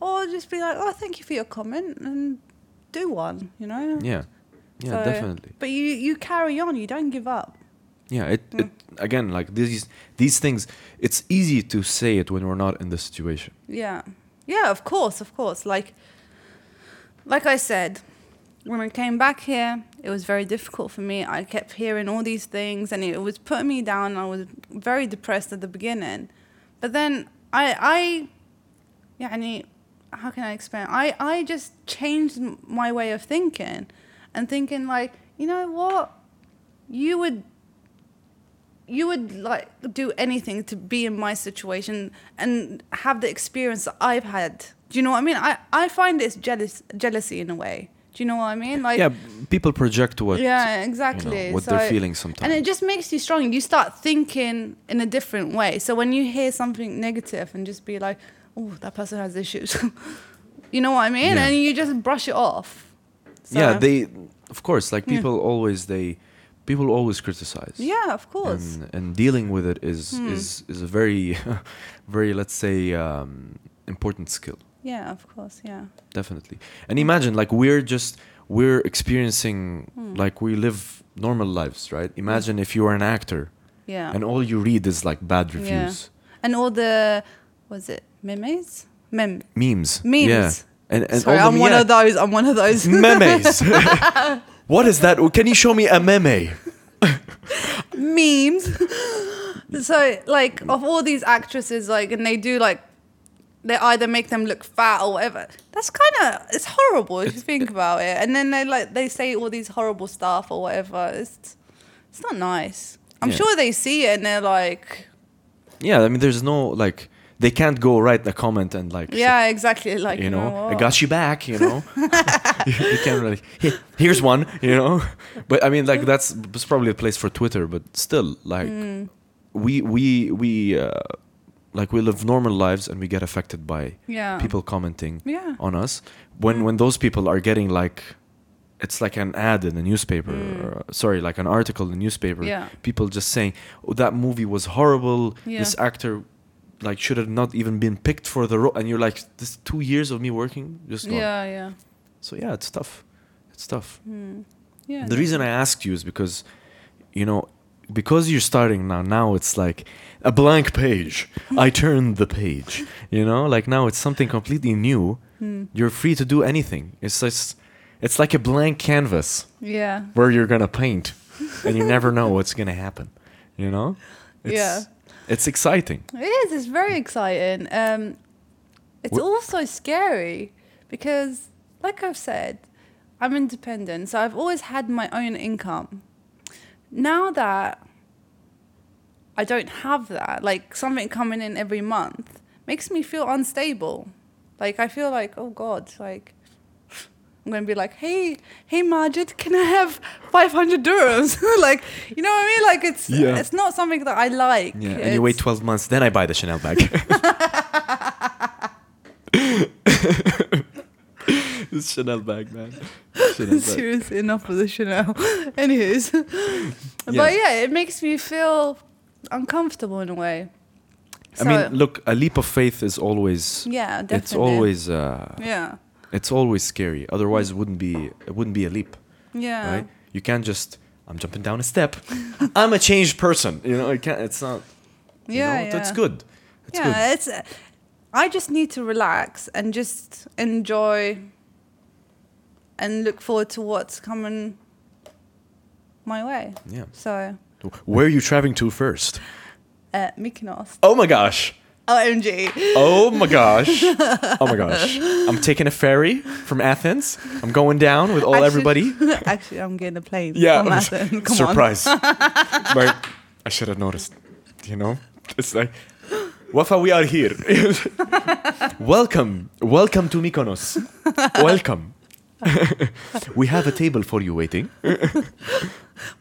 S2: or just be like, "Oh, thank you for your comment," and do one. You know.
S1: Yeah, yeah,
S2: So-
S1: definitely.
S2: But you you carry on. You don't give up.
S1: Yeah, it, it
S2: Mm.
S1: again like these these things. It's easy to say it when we're not in the situation.
S2: Yeah. Yeah, of course, of course. Like like I said, when I came back here, it was very difficult for me. I kept hearing all these things and it was putting me down. I was very depressed at the beginning. But then I, I, يعني, how can I explain? I, I just changed m- my way of thinking and thinking like, you know what? You would, you would like do anything to be in my situation and have the experience that I've had. Do you know what I mean? I, I find it's jealous, jealousy in a way. Do you know what I mean? Like,
S1: yeah, people project what.
S2: yeah, exactly.
S1: what they're feeling sometimes.
S2: And it just makes you strong. You start thinking in a different way. So when you hear something negative and just be like, oh, that person has issues. you know what I mean?
S1: Yeah.
S2: And you just brush it off. So-
S1: Yeah, they of course like people always they people always criticize.
S2: Yeah, of course. Hmm.
S1: And, and dealing with it is is is a very very let's say um, important skill.
S2: yeah, of course. Yeah.
S1: definitely and imagine like we're just we're experiencing
S2: Hmm.
S1: like we live normal lives right imagine if you are an actor
S2: Yeah.
S1: and all you read is like bad reviews
S2: Yeah. And all the, was it memes? Mem-
S1: memes
S2: Memes.
S1: yeah and, and
S2: Sorry,
S1: all
S2: I'm
S1: them-
S2: one
S1: yeah.
S2: of those. I'm one of those.
S1: memes what is that can you show me a meme
S2: memes. so like of all these actresses, like and they do like they either make them look fat or whatever. That's kind of it's horrible if you think about it. And then they like they say all these horrible stuff or whatever. It's it's not nice. I'm
S1: Yeah.
S2: sure they see it and they're like,
S1: yeah i mean there's no like they can't go write a comment and like say,
S2: yeah, exactly. Like
S1: you know, I
S2: what?
S1: got you back, you know. you can't really. "Here- Here's one, you know. But I mean, like that's, that's probably a place for Twitter, but still, like
S2: Mm.
S1: we we we uh, like we live normal lives and we get affected by
S2: Yeah.
S1: people commenting
S2: Yeah.
S1: on us when when those people are getting like it's like an ad in the newspaper or, sorry like an article in the newspaper
S2: Mm. Yeah.
S1: people just saying oh, that movie was horrible
S2: Yeah.
S1: this actor like should have not even been picked for the role and you're like this two years of me working just gone.
S2: Yeah, yeah,
S1: so yeah it's tough it's tough
S2: yeah.
S1: the reason i asked you is because you know because you're starting now now it's like a blank page i turned the page you know like now it's something completely new
S2: Hmm.
S1: you're free to do anything it's just it's like a blank canvas
S2: yeah,
S1: where you're gonna paint and you never know what's gonna happen you know it's,
S2: Yeah.
S1: it's exciting
S2: It is. It's very exciting. Um, it's
S1: Wh-
S2: also scary because, like I've said, I'm independent, so I've always had my own income. Now that I don't have that, like something coming in every month, makes me feel unstable. Like I feel like, oh God, like I'm gonna be like, hey, hey Majid, can I have 500 dirhams? like, you know what I mean? Like it's
S1: Yeah.
S2: it's not something that I like.
S1: yeah and you wait
S2: It's-
S1: 12 months then i buy the chanel bag this chanel bag man chanel bag.
S2: Seriously, enough of the Chanel. Anyways,
S1: Yeah.
S2: but yeah, it makes me feel uncomfortable in a way.
S1: I
S2: So,
S1: mean, look, a leap of faith is always
S2: yeah, definitely.
S1: it's always uh,
S2: yeah,
S1: it's always scary. Otherwise, it wouldn't be it wouldn't be a leap,
S2: yeah,
S1: right? You can't just I'm jumping down a step. I'm a changed person. You know, it can't. It's not.
S2: yeah,
S1: you know,
S2: yeah.
S1: That's good. That's
S2: yeah, it's. uh, I just need to relax and just enjoy and look forward to what's coming my way.
S1: good. Yeah.
S2: So,
S4: Where are you traveling to first?
S2: uh, Mykonos.
S4: Oh my gosh.
S2: OMG.
S4: Oh my gosh. Oh my gosh. I'm taking a ferry from Athens. I'm going down
S1: Oh,
S4: with all
S2: Actually-
S4: everybody.
S2: actually, I'm getting a plane.
S4: Yeah.
S2: From Athens. Come on.
S4: Surprise. but I should have noticed. You know? It's like Wafa, we are here. welcome. Welcome to Mykonos. Welcome.
S1: We have a table for you waiting.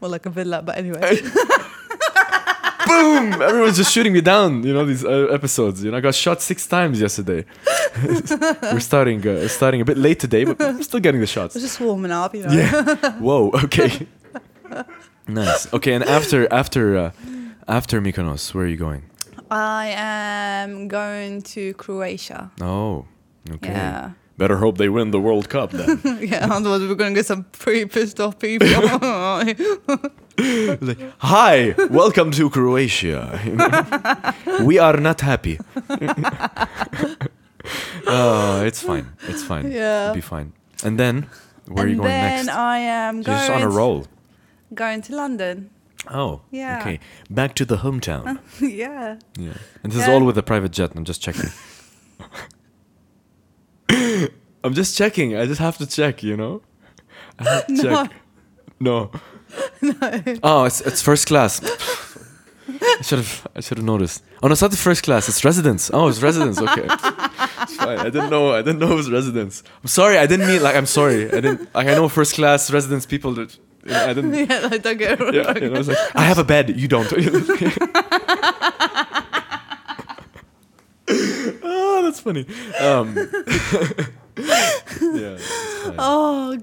S2: Well, like a villa, but anyway.
S1: Boom! Everyone's just shooting me down. You know these uh, episodes. You know, I got shot six times yesterday. We're starting uh, starting a bit late today, but I'm still getting the shots.
S2: It's just warming up, you know.
S1: Yeah. Whoa. Okay. nice. Okay. And after after uh, after Mykonos, where are you going?
S2: I am going to Croatia.
S1: Oh. Okay.
S2: Yeah.
S4: Better hope they win the World Cup then.
S2: yeah, otherwise we're going to get some pretty pissed off people.
S1: Like,
S4: Hi, welcome to Croatia.
S1: we are not happy. Oh, it's fine. It's fine.
S2: Yeah.
S1: It'll be fine. And then where are you
S2: and
S1: going
S2: then
S1: next?
S2: I am
S1: You're
S2: going
S1: just on a roll.
S2: going to London.
S1: Oh.
S2: Yeah.
S1: Okay. Back to the hometown.
S2: yeah.
S1: yeah. And this is
S2: Yeah.
S1: all with a private jet. I'm just checking. I'm just checking. I just have to check, you know? I have to check. No. no. Oh, it's, it's first class. I should have I should have noticed. Oh no, it's not the first class. It's residence. Oh, it's residence. Okay. It's fine. I didn't know. I didn't know it was residence. I'm sorry. I didn't mean like I'm sorry. I didn't like I know first class residence people that you know, I didn't
S2: Yeah, like, don't get it wrong.
S1: yeah, and I was like, I have a bed, you don't. oh, that's funny. Um, yeah,
S2: Oh
S1: that's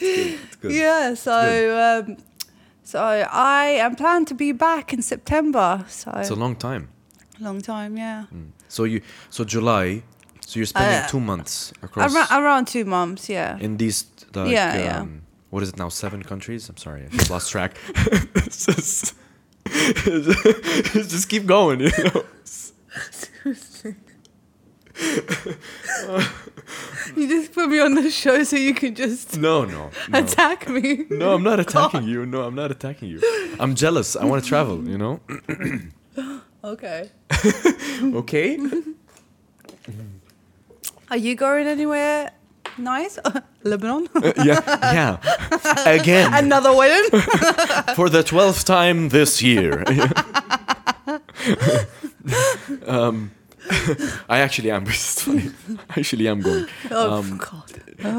S1: good. That's good.
S2: Yeah, so um, so I am planned to be back in September. So
S1: It's a long time.
S2: long time, yeah.
S1: So you, so July, so you're spending
S2: Uh,
S1: two months across
S2: Around, around two months, yeah.
S1: in these. Like,
S2: Yeah, yeah.
S1: um, What is it now? Seven countries. I'm sorry, I just lost track. it's just, it's just keep going, you know.
S2: You just put me on the show so you can just
S1: No, no, no.
S2: attack me.
S1: No, I'm not attacking you. No, I'm not attacking you. I'm jealous. I want to travel, you know?
S2: Okay.
S1: Okay.
S2: Are you going anywhere nice? Lebanon?
S1: yeah. Yeah. Again,
S2: Another wedding?
S1: for the 12th time this year. um, I actually am. It's funny. Actually, I'm going.
S2: Oh
S1: Um,
S2: god.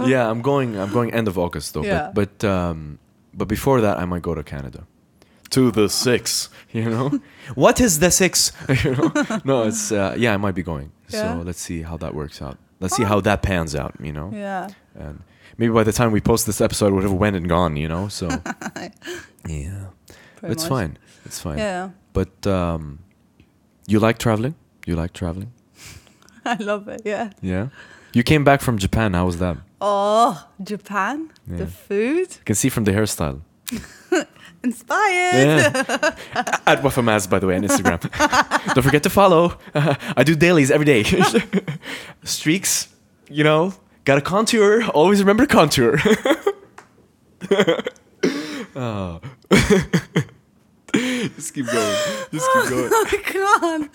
S1: Yeah, I'm going. I'm going end of August though.
S2: Uh-huh. Yeah.
S1: But but, um, but before that, I might go to Canada. To the six, you know. what is the six? you know? No, it's uh, yeah. I might be going.
S2: Yeah.
S1: So let's see how that works out. Let's see how that pans out. You know.
S2: Yeah.
S1: And maybe by the time we post this episode, would have went and gone. You know. So yeah,
S2: Pretty
S1: it's
S2: much.
S1: fine. It's fine.
S2: Yeah.
S1: But um, you like traveling? You like traveling?
S2: I love it, yeah.
S1: Yeah. You came back from Japan. How was that?
S2: Oh, Japan,
S1: Yeah.
S2: the food.
S1: You can see from the hairstyle.
S2: Inspired.
S1: Yeah. At Wafamaz, by the way, on Instagram. Don't forget to follow. I do dailies every day. Streaks, you know, got a contour. Always remember to contour. oh. Just keep going. Just keep going.
S2: I can't.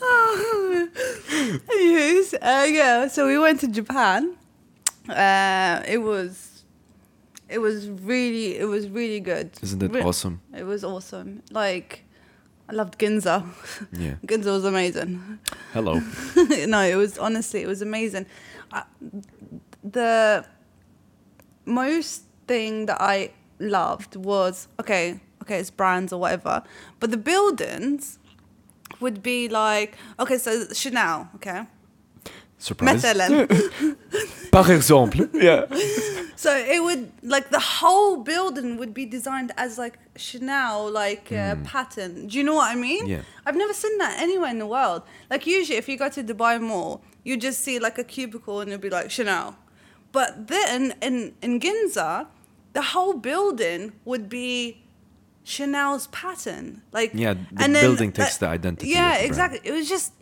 S2: Oh. Anyways, uh, yeah, so we went to Japan. Uh, it was, it was really, it was really good.
S1: Isn't it
S2: Re-
S1: awesome?
S2: It was awesome. Like, I loved Ginza.
S1: Yeah.
S2: Ginza was amazing.
S1: Hello.
S2: no, it was honestly, it was amazing. I, the most thing that I loved was okay, okay, it's brands or whatever, but the buildings would be like okay, so Chanel, okay,
S1: Surprise.
S2: Methelen.
S1: Par exemple. Yeah.
S2: so it would like the whole building would be designed as like Chanel like uh, pattern. Do you know what I mean?
S1: Hmm. Yeah.
S2: I've never seen that anywhere in the world. Like usually, if you go to Dubai Mall, you just see like a cubicle and it'll be like Chanel. But then in in Ginza, the whole building would be Chanel's pattern. Like
S1: Yeah, the building takes the identity of
S2: Yeah,
S1: the brand.
S2: exactly. It was just.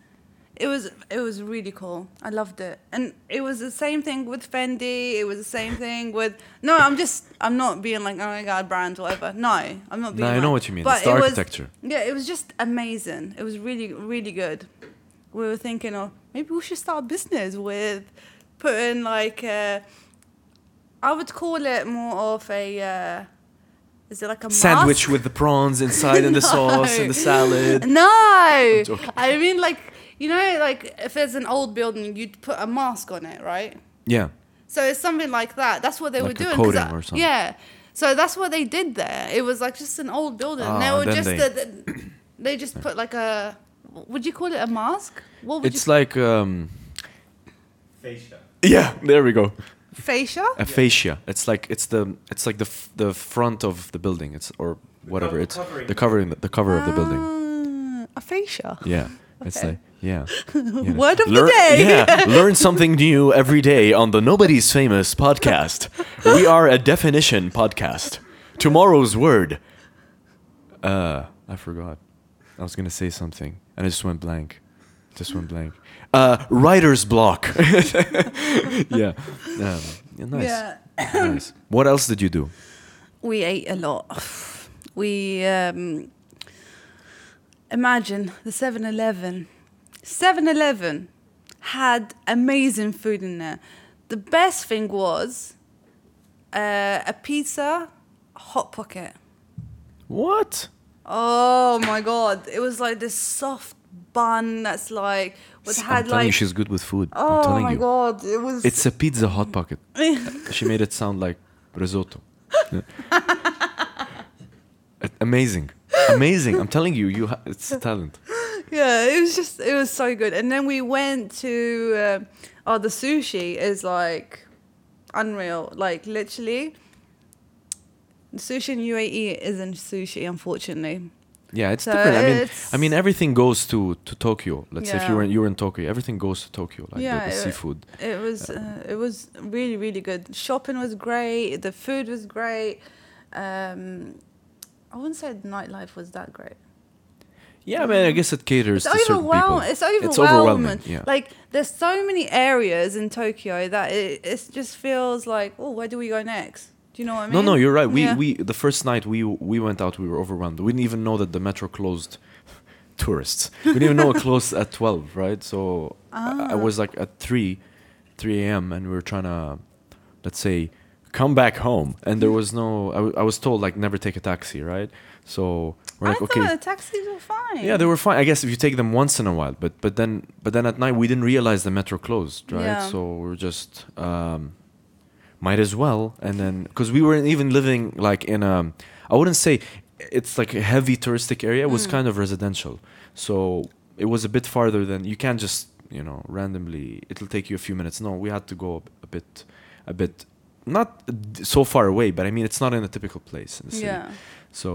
S2: It was it was really cool. I loved it, and it was the same thing with Fendi. It was the same thing with no. I'm just I'm not being like oh my god brands whatever. No, I'm not being.
S1: No, I
S2: like-
S1: know what you mean. It's the
S2: it was-
S1: architecture.
S2: yeah, it was just amazing. It was really, really good. We were thinking, oh, maybe we should start a business with putting like, uh, I would call it more of a, uh, is it like a
S1: Sandwich
S2: mask?
S1: with the prawns inside and the sauce and the salad.
S2: No,
S1: joking.
S2: I mean like you know like if there's an old building, you'd put a mask on it, right?
S1: Yeah.
S2: So it's something like that. That's what they
S1: Like
S2: were
S1: a
S2: doing. 'cause
S1: coating
S2: I-
S1: or something.
S2: Yeah. So that's what they did there. It was like just an old building. they
S1: Ah,
S2: were
S1: then
S2: just
S1: they-
S2: the- the- they just put like a would you call it a mask? What would
S1: It's
S2: you
S1: like um fascia. Yeah, there we go.
S2: fascia?
S1: A fascia. It's like it's the it's like the f- the front of the building. It's or whatever.
S3: co-
S1: it's
S3: covering.
S1: the covering the, the cover of the building.
S2: Ah, a fascia.
S1: Yeah. It's
S2: Okay.
S1: like yeah.
S2: Word of
S1: Learn,
S2: the day.
S1: yeah, learn something new every day on the Nobody's Famous podcast. We are a definition podcast. Tomorrow's word. Uh, I forgot. I was gonna say something, and I just went blank. Just went blank. Uh, writer's block. yeah. Um, yeah, nice.
S2: Yeah.
S1: Nice. What else did you do?
S2: We ate a lot. we um, imagine the 7 Eleven. 7 Eleven had amazing food in there. The best thing was uh, a pizza, Hot Pocket.
S1: What?
S2: Oh my god! It was like this soft bun that's like what
S1: I'm
S2: had
S1: telling you,
S2: like
S1: she's good with food. I'm
S2: oh
S1: telling
S2: my
S1: you.
S2: god! It was
S1: It's a pizza hot pocket. she made it sound like risotto. Yeah. Amazing. Amazing. I'm telling you, you ha- it's talent.
S2: yeah. It was just it was so good. And then we went to uh, oh the sushi is like unreal. Like literally, sushi in UAE isn't sushi, unfortunately.
S1: Yeah, it's
S2: So
S1: different. I mean,
S2: it's-
S1: I mean, everything goes to, to Tokyo. Let's say if you
S2: Yeah.
S1: were in, you were in Tokyo, everything goes to Tokyo, like the-
S2: Yeah,
S1: the,
S2: it-
S1: seafood.
S2: It was uh, it was really really good. Shopping was great. The food was great. Um, I wouldn't say the nightlife was that great.
S1: Yeah, I mean, I guess it caters
S2: It's
S1: to certain people.
S2: overwhelming. It's overwhelming.
S1: Yeah.
S2: Like there's so many areas in Tokyo that it it just feels like oh where do we go next? Do you know what I mean?
S1: no, no, you're right. We
S2: Yeah.
S1: we the first night we we went out, we were overwhelmed. We didn't even know that the metro closed. Tourists. We didn't even know it closed at twelve, right? So
S2: Ah.
S1: I, I was like at three, three a.m. and we were trying to, let's say, come back home. And there
S2: Mm-hmm.
S1: was no. I, w- I was told like never take a taxi, right? So we're
S2: I
S1: like,
S2: thought
S1: okay,
S2: the taxis were fine.
S1: Yeah, they were fine. I guess if you take them once in a while, but but then but then at night we didn't realize the metro closed, right?
S2: Yeah.
S1: So we are just um, might as well, and then because we weren't even living like in a, I wouldn't say it's like a heavy touristic area. It was
S2: Hmm.
S1: kind of residential, so it was a bit farther than you can't just you know randomly. It'll take you a few minutes. No, we had to go a bit, a bit, not d- so far away, but I mean it's not in a typical place in the city.
S2: Yeah.
S1: So,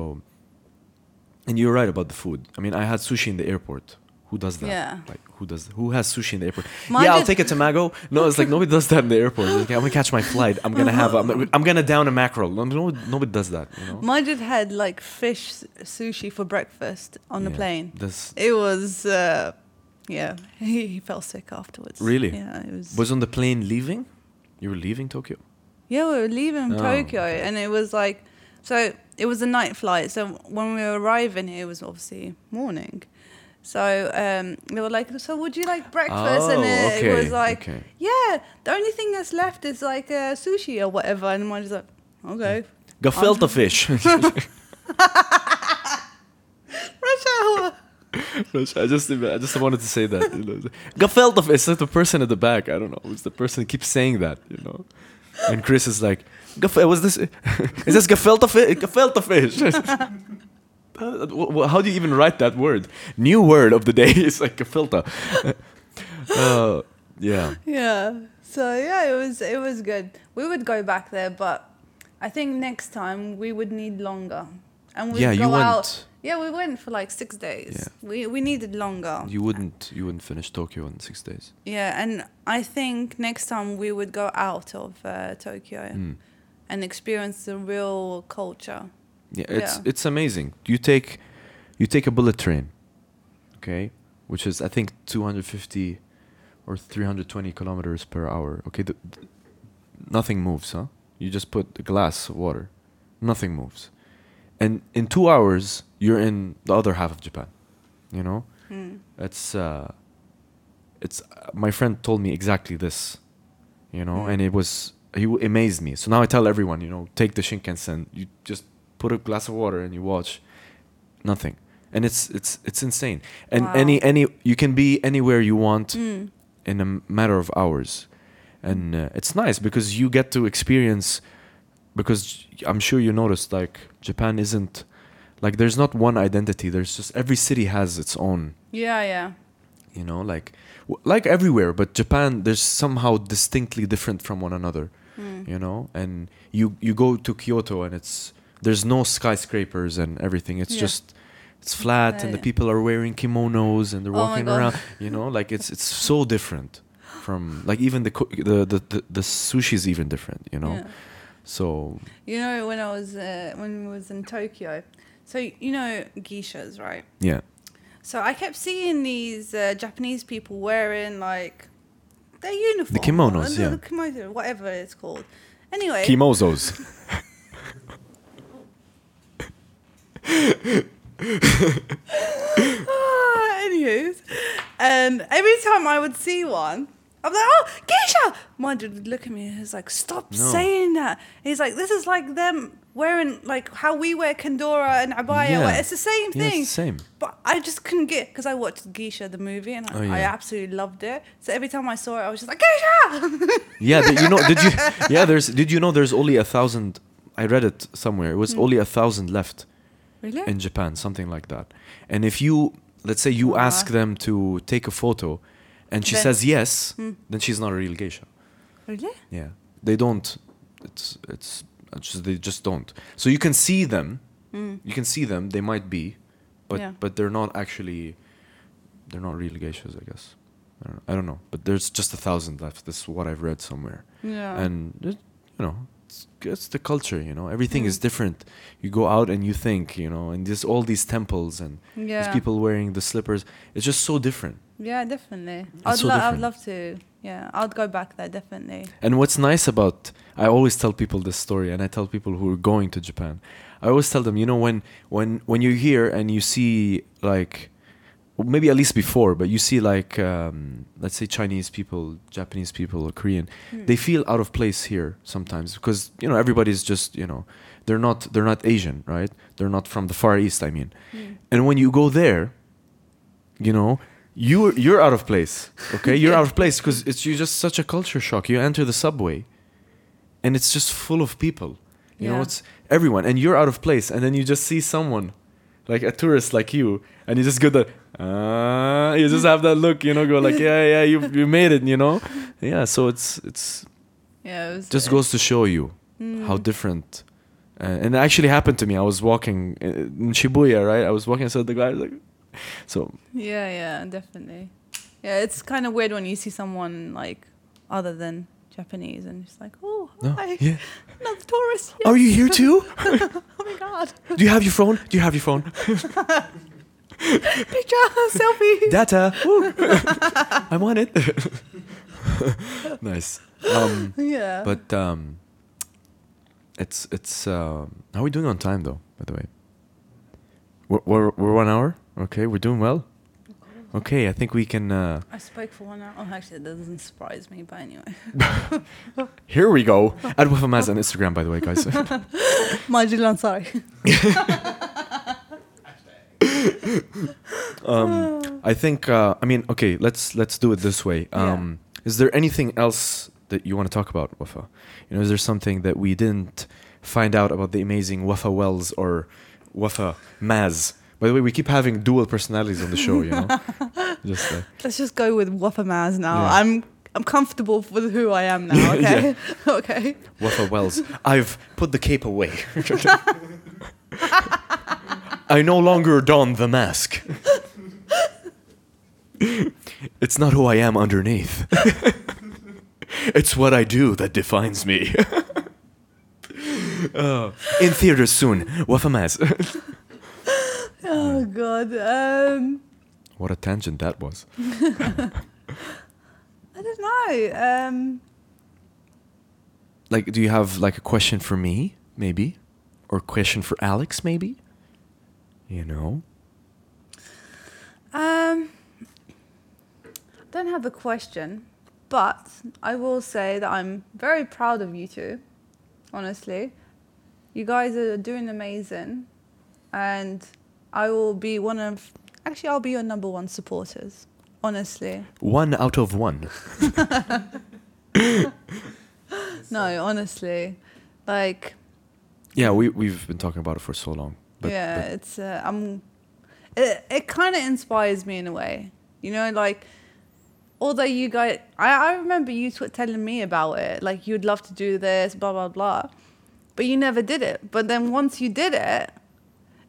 S1: and you're right about the food. I mean, I had sushi in the airport. Who does that?
S2: Yeah.
S1: Like, who does? Who has sushi in the airport?
S2: Mine
S1: yeah, I'll
S2: did-
S1: take a tamago. No, it's like nobody does that in the airport. It's like, I'm gonna catch my flight. I'm gonna have. I'm, I'm gonna down a mackerel. No, no, nobody does that. You know.
S2: Mine just had like fish s- sushi for breakfast on the
S1: Yeah.
S2: plane.
S1: This
S2: It was, uh, yeah. He, he fell sick afterwards.
S1: Really?
S2: Yeah, it was.
S1: was on the plane leaving. You were leaving Tokyo.
S2: yeah, we were leaving
S1: Oh,
S2: Tokyo, and it was like, so it was a night flight. So when we were arriving here, it was obviously morning. So um, they were like, so would you like breakfast?
S1: Oh,
S2: and it, it was
S1: okay,
S2: like,
S1: okay.
S2: yeah, the only thing that's left is like uh, sushi or whatever. And mine's like, okay.
S1: Gefilte fish.
S2: Rush hour.
S1: I just I just wanted to say that. You know. Gefilte fish. It's like the person at the back. I don't know. It's the person who keeps saying that. You know. And Chris is like, "Gef- was this? Is this gefilte fish? Gefilte fish? Uh, wh- wh- How do you even write that word? New word of the day is like gefilte. Uh, yeah.
S2: yeah. So yeah, it was it was good. We would go back there, but I think next time we would need longer. And we'd
S1: Yeah,
S2: go
S1: you went.
S2: out. Yeah, we went for like six days.
S1: Yeah.
S2: We we needed longer.
S1: You wouldn't. You wouldn't finish Tokyo in six days.
S2: yeah, and I think next time we would go out of uh, Tokyo
S1: Hmm.
S2: and experience the real culture.
S1: Yeah, it's
S2: Yeah.
S1: it's amazing. You take you take a bullet train, okay, which is I think 250 or 320 kilometers per hour. Okay, the, th- nothing moves, huh? You just put a glass of water, nothing moves, and in two hours you're in the other half of Japan. You know, it's uh, it's uh, my friend told me exactly this, you know, and it was he w- amazed me. So now I tell everyone, you know, take the Shinkansen. You just put a glass of water and you watch nothing, and it's it's it's insane. And
S2: Wow.
S1: any any you can be anywhere you want
S2: Hmm.
S1: in a m- matter of hours, and uh, it's nice because you get to experience. Because j- I'm sure you noticed, like Japan isn't like there's not one identity. There's just every city has its own
S2: Yeah, yeah.
S1: you know like w- like everywhere but japan there's somehow distinctly different from one another
S2: Hmm.
S1: you know and you you go to kyoto and it's there's no skyscrapers and everything it's
S2: Yeah.
S1: just it's flat and the
S2: Right.
S1: people are wearing kimonos and they're
S2: Oh my
S1: walking
S2: God.
S1: around you know like it's it's so different from like even the co- the the, the, the sushi is even different you know
S2: Yeah.
S1: so
S2: You know when I was uh, when we was in Tokyo, so you know geishas, right?
S1: yeah
S2: So I kept seeing these uh, Japanese people wearing like their uniform,
S1: kimonos,
S2: the,
S1: yeah.
S2: the kimono, whatever it's called. Anyway,
S1: kimozos
S2: Ah, Anyways, and every time I would see one, I'm like, oh, geisha! My dude would look at me and he's like, stop saying that. He's like, this is like them wearing, like how we wear Kandora and Abaya.
S1: Yeah.
S2: where- It's the same
S1: Yeah,
S2: thing.
S1: it's the same.
S2: But I just couldn't get, because I watched Geisha, the movie, and I,
S1: Oh,
S2: I
S1: yeah.
S2: absolutely loved it. So every time I saw it, I was just like, geisha!
S1: Yeah, did you know? Did you? Yeah, there's. Did you know? There's only a thousand. I read it somewhere. It was
S2: Hmm.
S1: only a thousand left
S2: really?
S1: in Japan, something like that. And if you, let's say, you ask
S2: Oh, Wow.
S1: them to take a photo, and she
S2: Then- Hmm.
S1: says yes, then she's not a real geisha.
S2: really?
S1: Yeah, they don't. It's it's, it's just, they just don't. So you can see them. You can see them. They might be, but
S2: Hmm. Yeah.
S1: but they're not actually. They're not real geishas, I guess. I don't, I don't know, but there's just a thousand left. This is what I've read somewhere.
S2: Yeah.
S1: And it, you know, it's, it's the culture. You know, everything
S2: Hmm.
S1: is different. You go out and you think, you know, and there's all these temples and
S2: Yeah.
S1: these people wearing the slippers. It's just so different.
S2: Yeah, definitely. I'd,
S1: so
S2: lo- I'd
S1: different.
S2: love to. Yeah, I'd go back there, definitely.
S1: And what's nice about I always tell people this story and I tell people who are going to Japan. I always tell them, you know, when when when you're here and you see like well, maybe at least before, but you see like um, let's say Chinese people, Japanese people or Korean, they feel out of place here sometimes because you know everybody's just, you know, they're not they're not Asian, right? They're not from the Far East, I mean. And when you go there, you know you're you're out of place okay you're out of place because it's you're just such a culture shock you enter the subway and it's just full of people you know
S2: Yeah.
S1: it's everyone and you're out of place and then you just see someone like a tourist like you and you just go the uh, you just have that look you know go like yeah yeah you you made it you know yeah so it's it's
S2: Yeah, it was
S1: just goes to show you
S2: Mm.
S1: how different uh, and it actually happened to me i was walking uh, in shibuya right i was walking so the guy was like so
S2: Yeah, yeah, definitely. Yeah, it's kind of weird when you see someone like other than Japanese and just like, oh,
S1: No,
S2: hi,
S1: yeah.
S2: another tourist.
S1: Are you
S2: yes."
S1: here too?
S2: Oh my god,
S1: Do you have your phone? Do you have your phone?
S2: picture, selfie.
S1: Data. Woo. I want it. nice. Um,
S2: yeah.
S1: but um, it's it's. Um, how are we doing on time though? By the way, we're we're, we're one hour. Okay, we're doing well. Okay, I think we can. Uh,
S2: I spoke for one hour. Oh, actually, that doesn't surprise me, but anyway.
S1: here we go. At Wafamaz on Instagram, by the way, guys.
S2: Majid Ansari.
S1: um, I think. Uh, I mean, okay. Let's let's do it this way.
S2: Yeah.
S1: Um, Is there anything else that you want to talk about, Wafa? You know, is there something that we didn't find out about the amazing Wafa Wells or Wafa Maz? By the way, we keep having dual personalities on the show. You know, just like,
S2: Let's just go with Wafamaz now.
S1: Yeah.
S2: I'm I'm comfortable with who I am now. Okay, okay.
S1: Wafa Wells. I've put the cape away. I no longer don the mask. it's not who I am underneath. it's what I do that defines me. Oh, in theaters soon. Wafa Maz.
S2: Oh god. Um,
S1: what a tangent that was.
S2: I don't know. Um,
S1: Like, do you have like a question for me, maybe, or a question for Alex, maybe? You know.
S2: Um, don't have a question, but I will say that I'm very proud of you two. Honestly, you guys are doing amazing, and I will be one of. Actually, I'll be your number one supporters. Honestly,
S1: One out of one.
S2: no, honestly, like
S1: Yeah, we we've been talking about it for so long. But,
S2: yeah, it's uh, I'm. It, it kind of inspires me in a way, you know, like. Although you guys, I, I remember you tw- telling me about it, like you'd love to do this, blah blah blah, but you never did it. But then once you did it,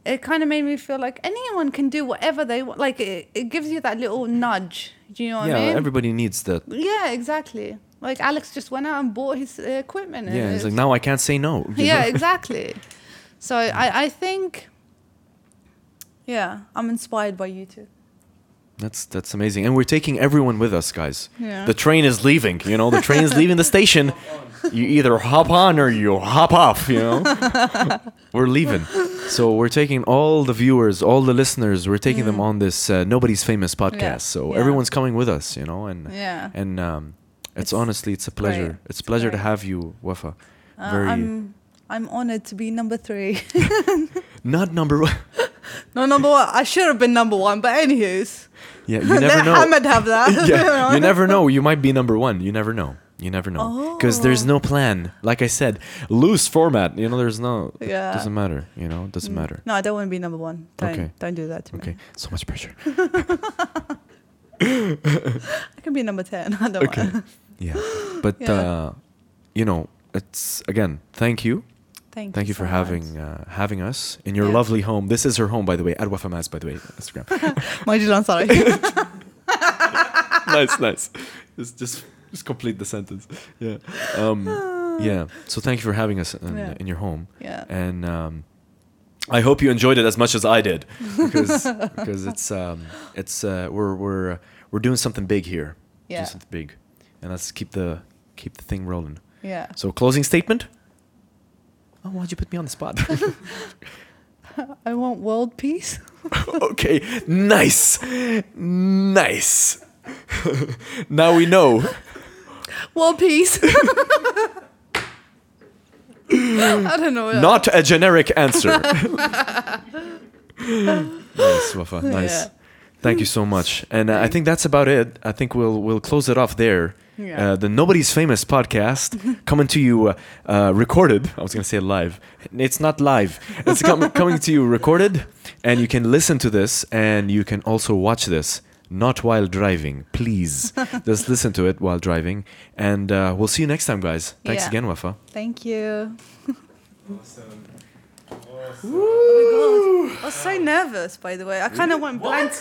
S2: it kind of made me feel like anyone can do whatever they want. Like it, it gives you that little nudge. Do you know
S1: but-
S2: what
S1: yeah,
S2: I mean?
S1: everybody needs that.
S2: yeah, exactly. Like Alex just went out and bought his uh, equipment. and
S1: Yeah, it's
S2: it's-
S1: like now I can't say no. you
S2: yeah
S1: know?
S2: exactly so I, I think yeah i'm inspired by you two
S1: that's that's amazing. And we're taking everyone with us, guys.
S2: Yeah.
S1: The train is leaving. You know, the train is leaving the station.
S5: you either hop on or you hop off, you know? we're leaving.
S1: So we're taking all the viewers, all the listeners, we're taking them on this uh, nobody's famous podcast. So
S2: Mm. Yeah.
S1: everyone's coming with us, you know, and
S2: Yeah.
S1: and um, it's,
S2: It's
S1: honestly it's a pleasure.
S2: great.
S1: It's a
S2: It's
S1: pleasure to
S2: great.
S1: have you, Wafa.
S2: Uh,
S1: Very
S2: I'm I'm honored to be number three.
S1: not number one.
S2: no, number one. I should have been number one, but anywho's.
S1: yeah, you never
S2: Let
S1: know.
S2: Hamad have that.
S1: yeah, you never know. You might be number one. You never know. You never know because there's
S2: Oh.
S1: no plan. Like I said, loose format. You know, there's no.
S2: Yeah. Mm.
S1: It doesn't matter. You know, it doesn't matter.
S2: No, I don't want to be number one. Don't
S1: Okay.
S2: don't do that to
S1: Okay,
S2: me.
S1: so much pressure.
S2: I can be number ten. I don't
S1: Okay,
S2: want.
S1: yeah, but
S2: Yeah.
S1: Uh, you know, it's again. Thank you.
S2: Thank,
S1: Thank you
S2: so
S1: for
S2: much.
S1: having uh, having us in your
S2: Yeah.
S1: lovely home. This is her home, by the way. At Wafamaz, by the way, Instagram.
S2: Majid Ansari.
S1: nice, nice. Just, just just complete the sentence. Yeah. Um, yeah. So thank you for having us in,
S2: Yeah.
S1: in your home.
S2: Yeah.
S1: And um, I hope you enjoyed it as much as I did, because because it's um, it's uh, we're we're we're doing something big here. Doing
S2: Yeah.
S1: something big, and let's keep the keep the thing rolling.
S2: yeah.
S1: So closing statement. Oh, why'd you put me on the spot?
S2: I want world peace.
S1: okay, nice, nice. now we know.
S2: World peace. I don't know.
S1: Not a generic answer. nice, Wafa. Nice.
S2: Yeah.
S1: Thank you so much. And uh, I think that's about it. I think we'll we'll close it off there.
S2: Yeah.
S1: Uh, the Nobody's Famous podcast coming to you uh, uh, recorded. I was going to say live. It's not live. It's com- coming to you recorded, and you can listen to this, and you can also watch this. Not while driving, please. Just listen to it while driving, and uh, we'll see you next time, guys. Thanks
S2: Yeah.
S1: again, Wafa.
S2: Thank you.
S5: Awesome.
S2: Oh I was so nervous, by the way. I kind of went blank.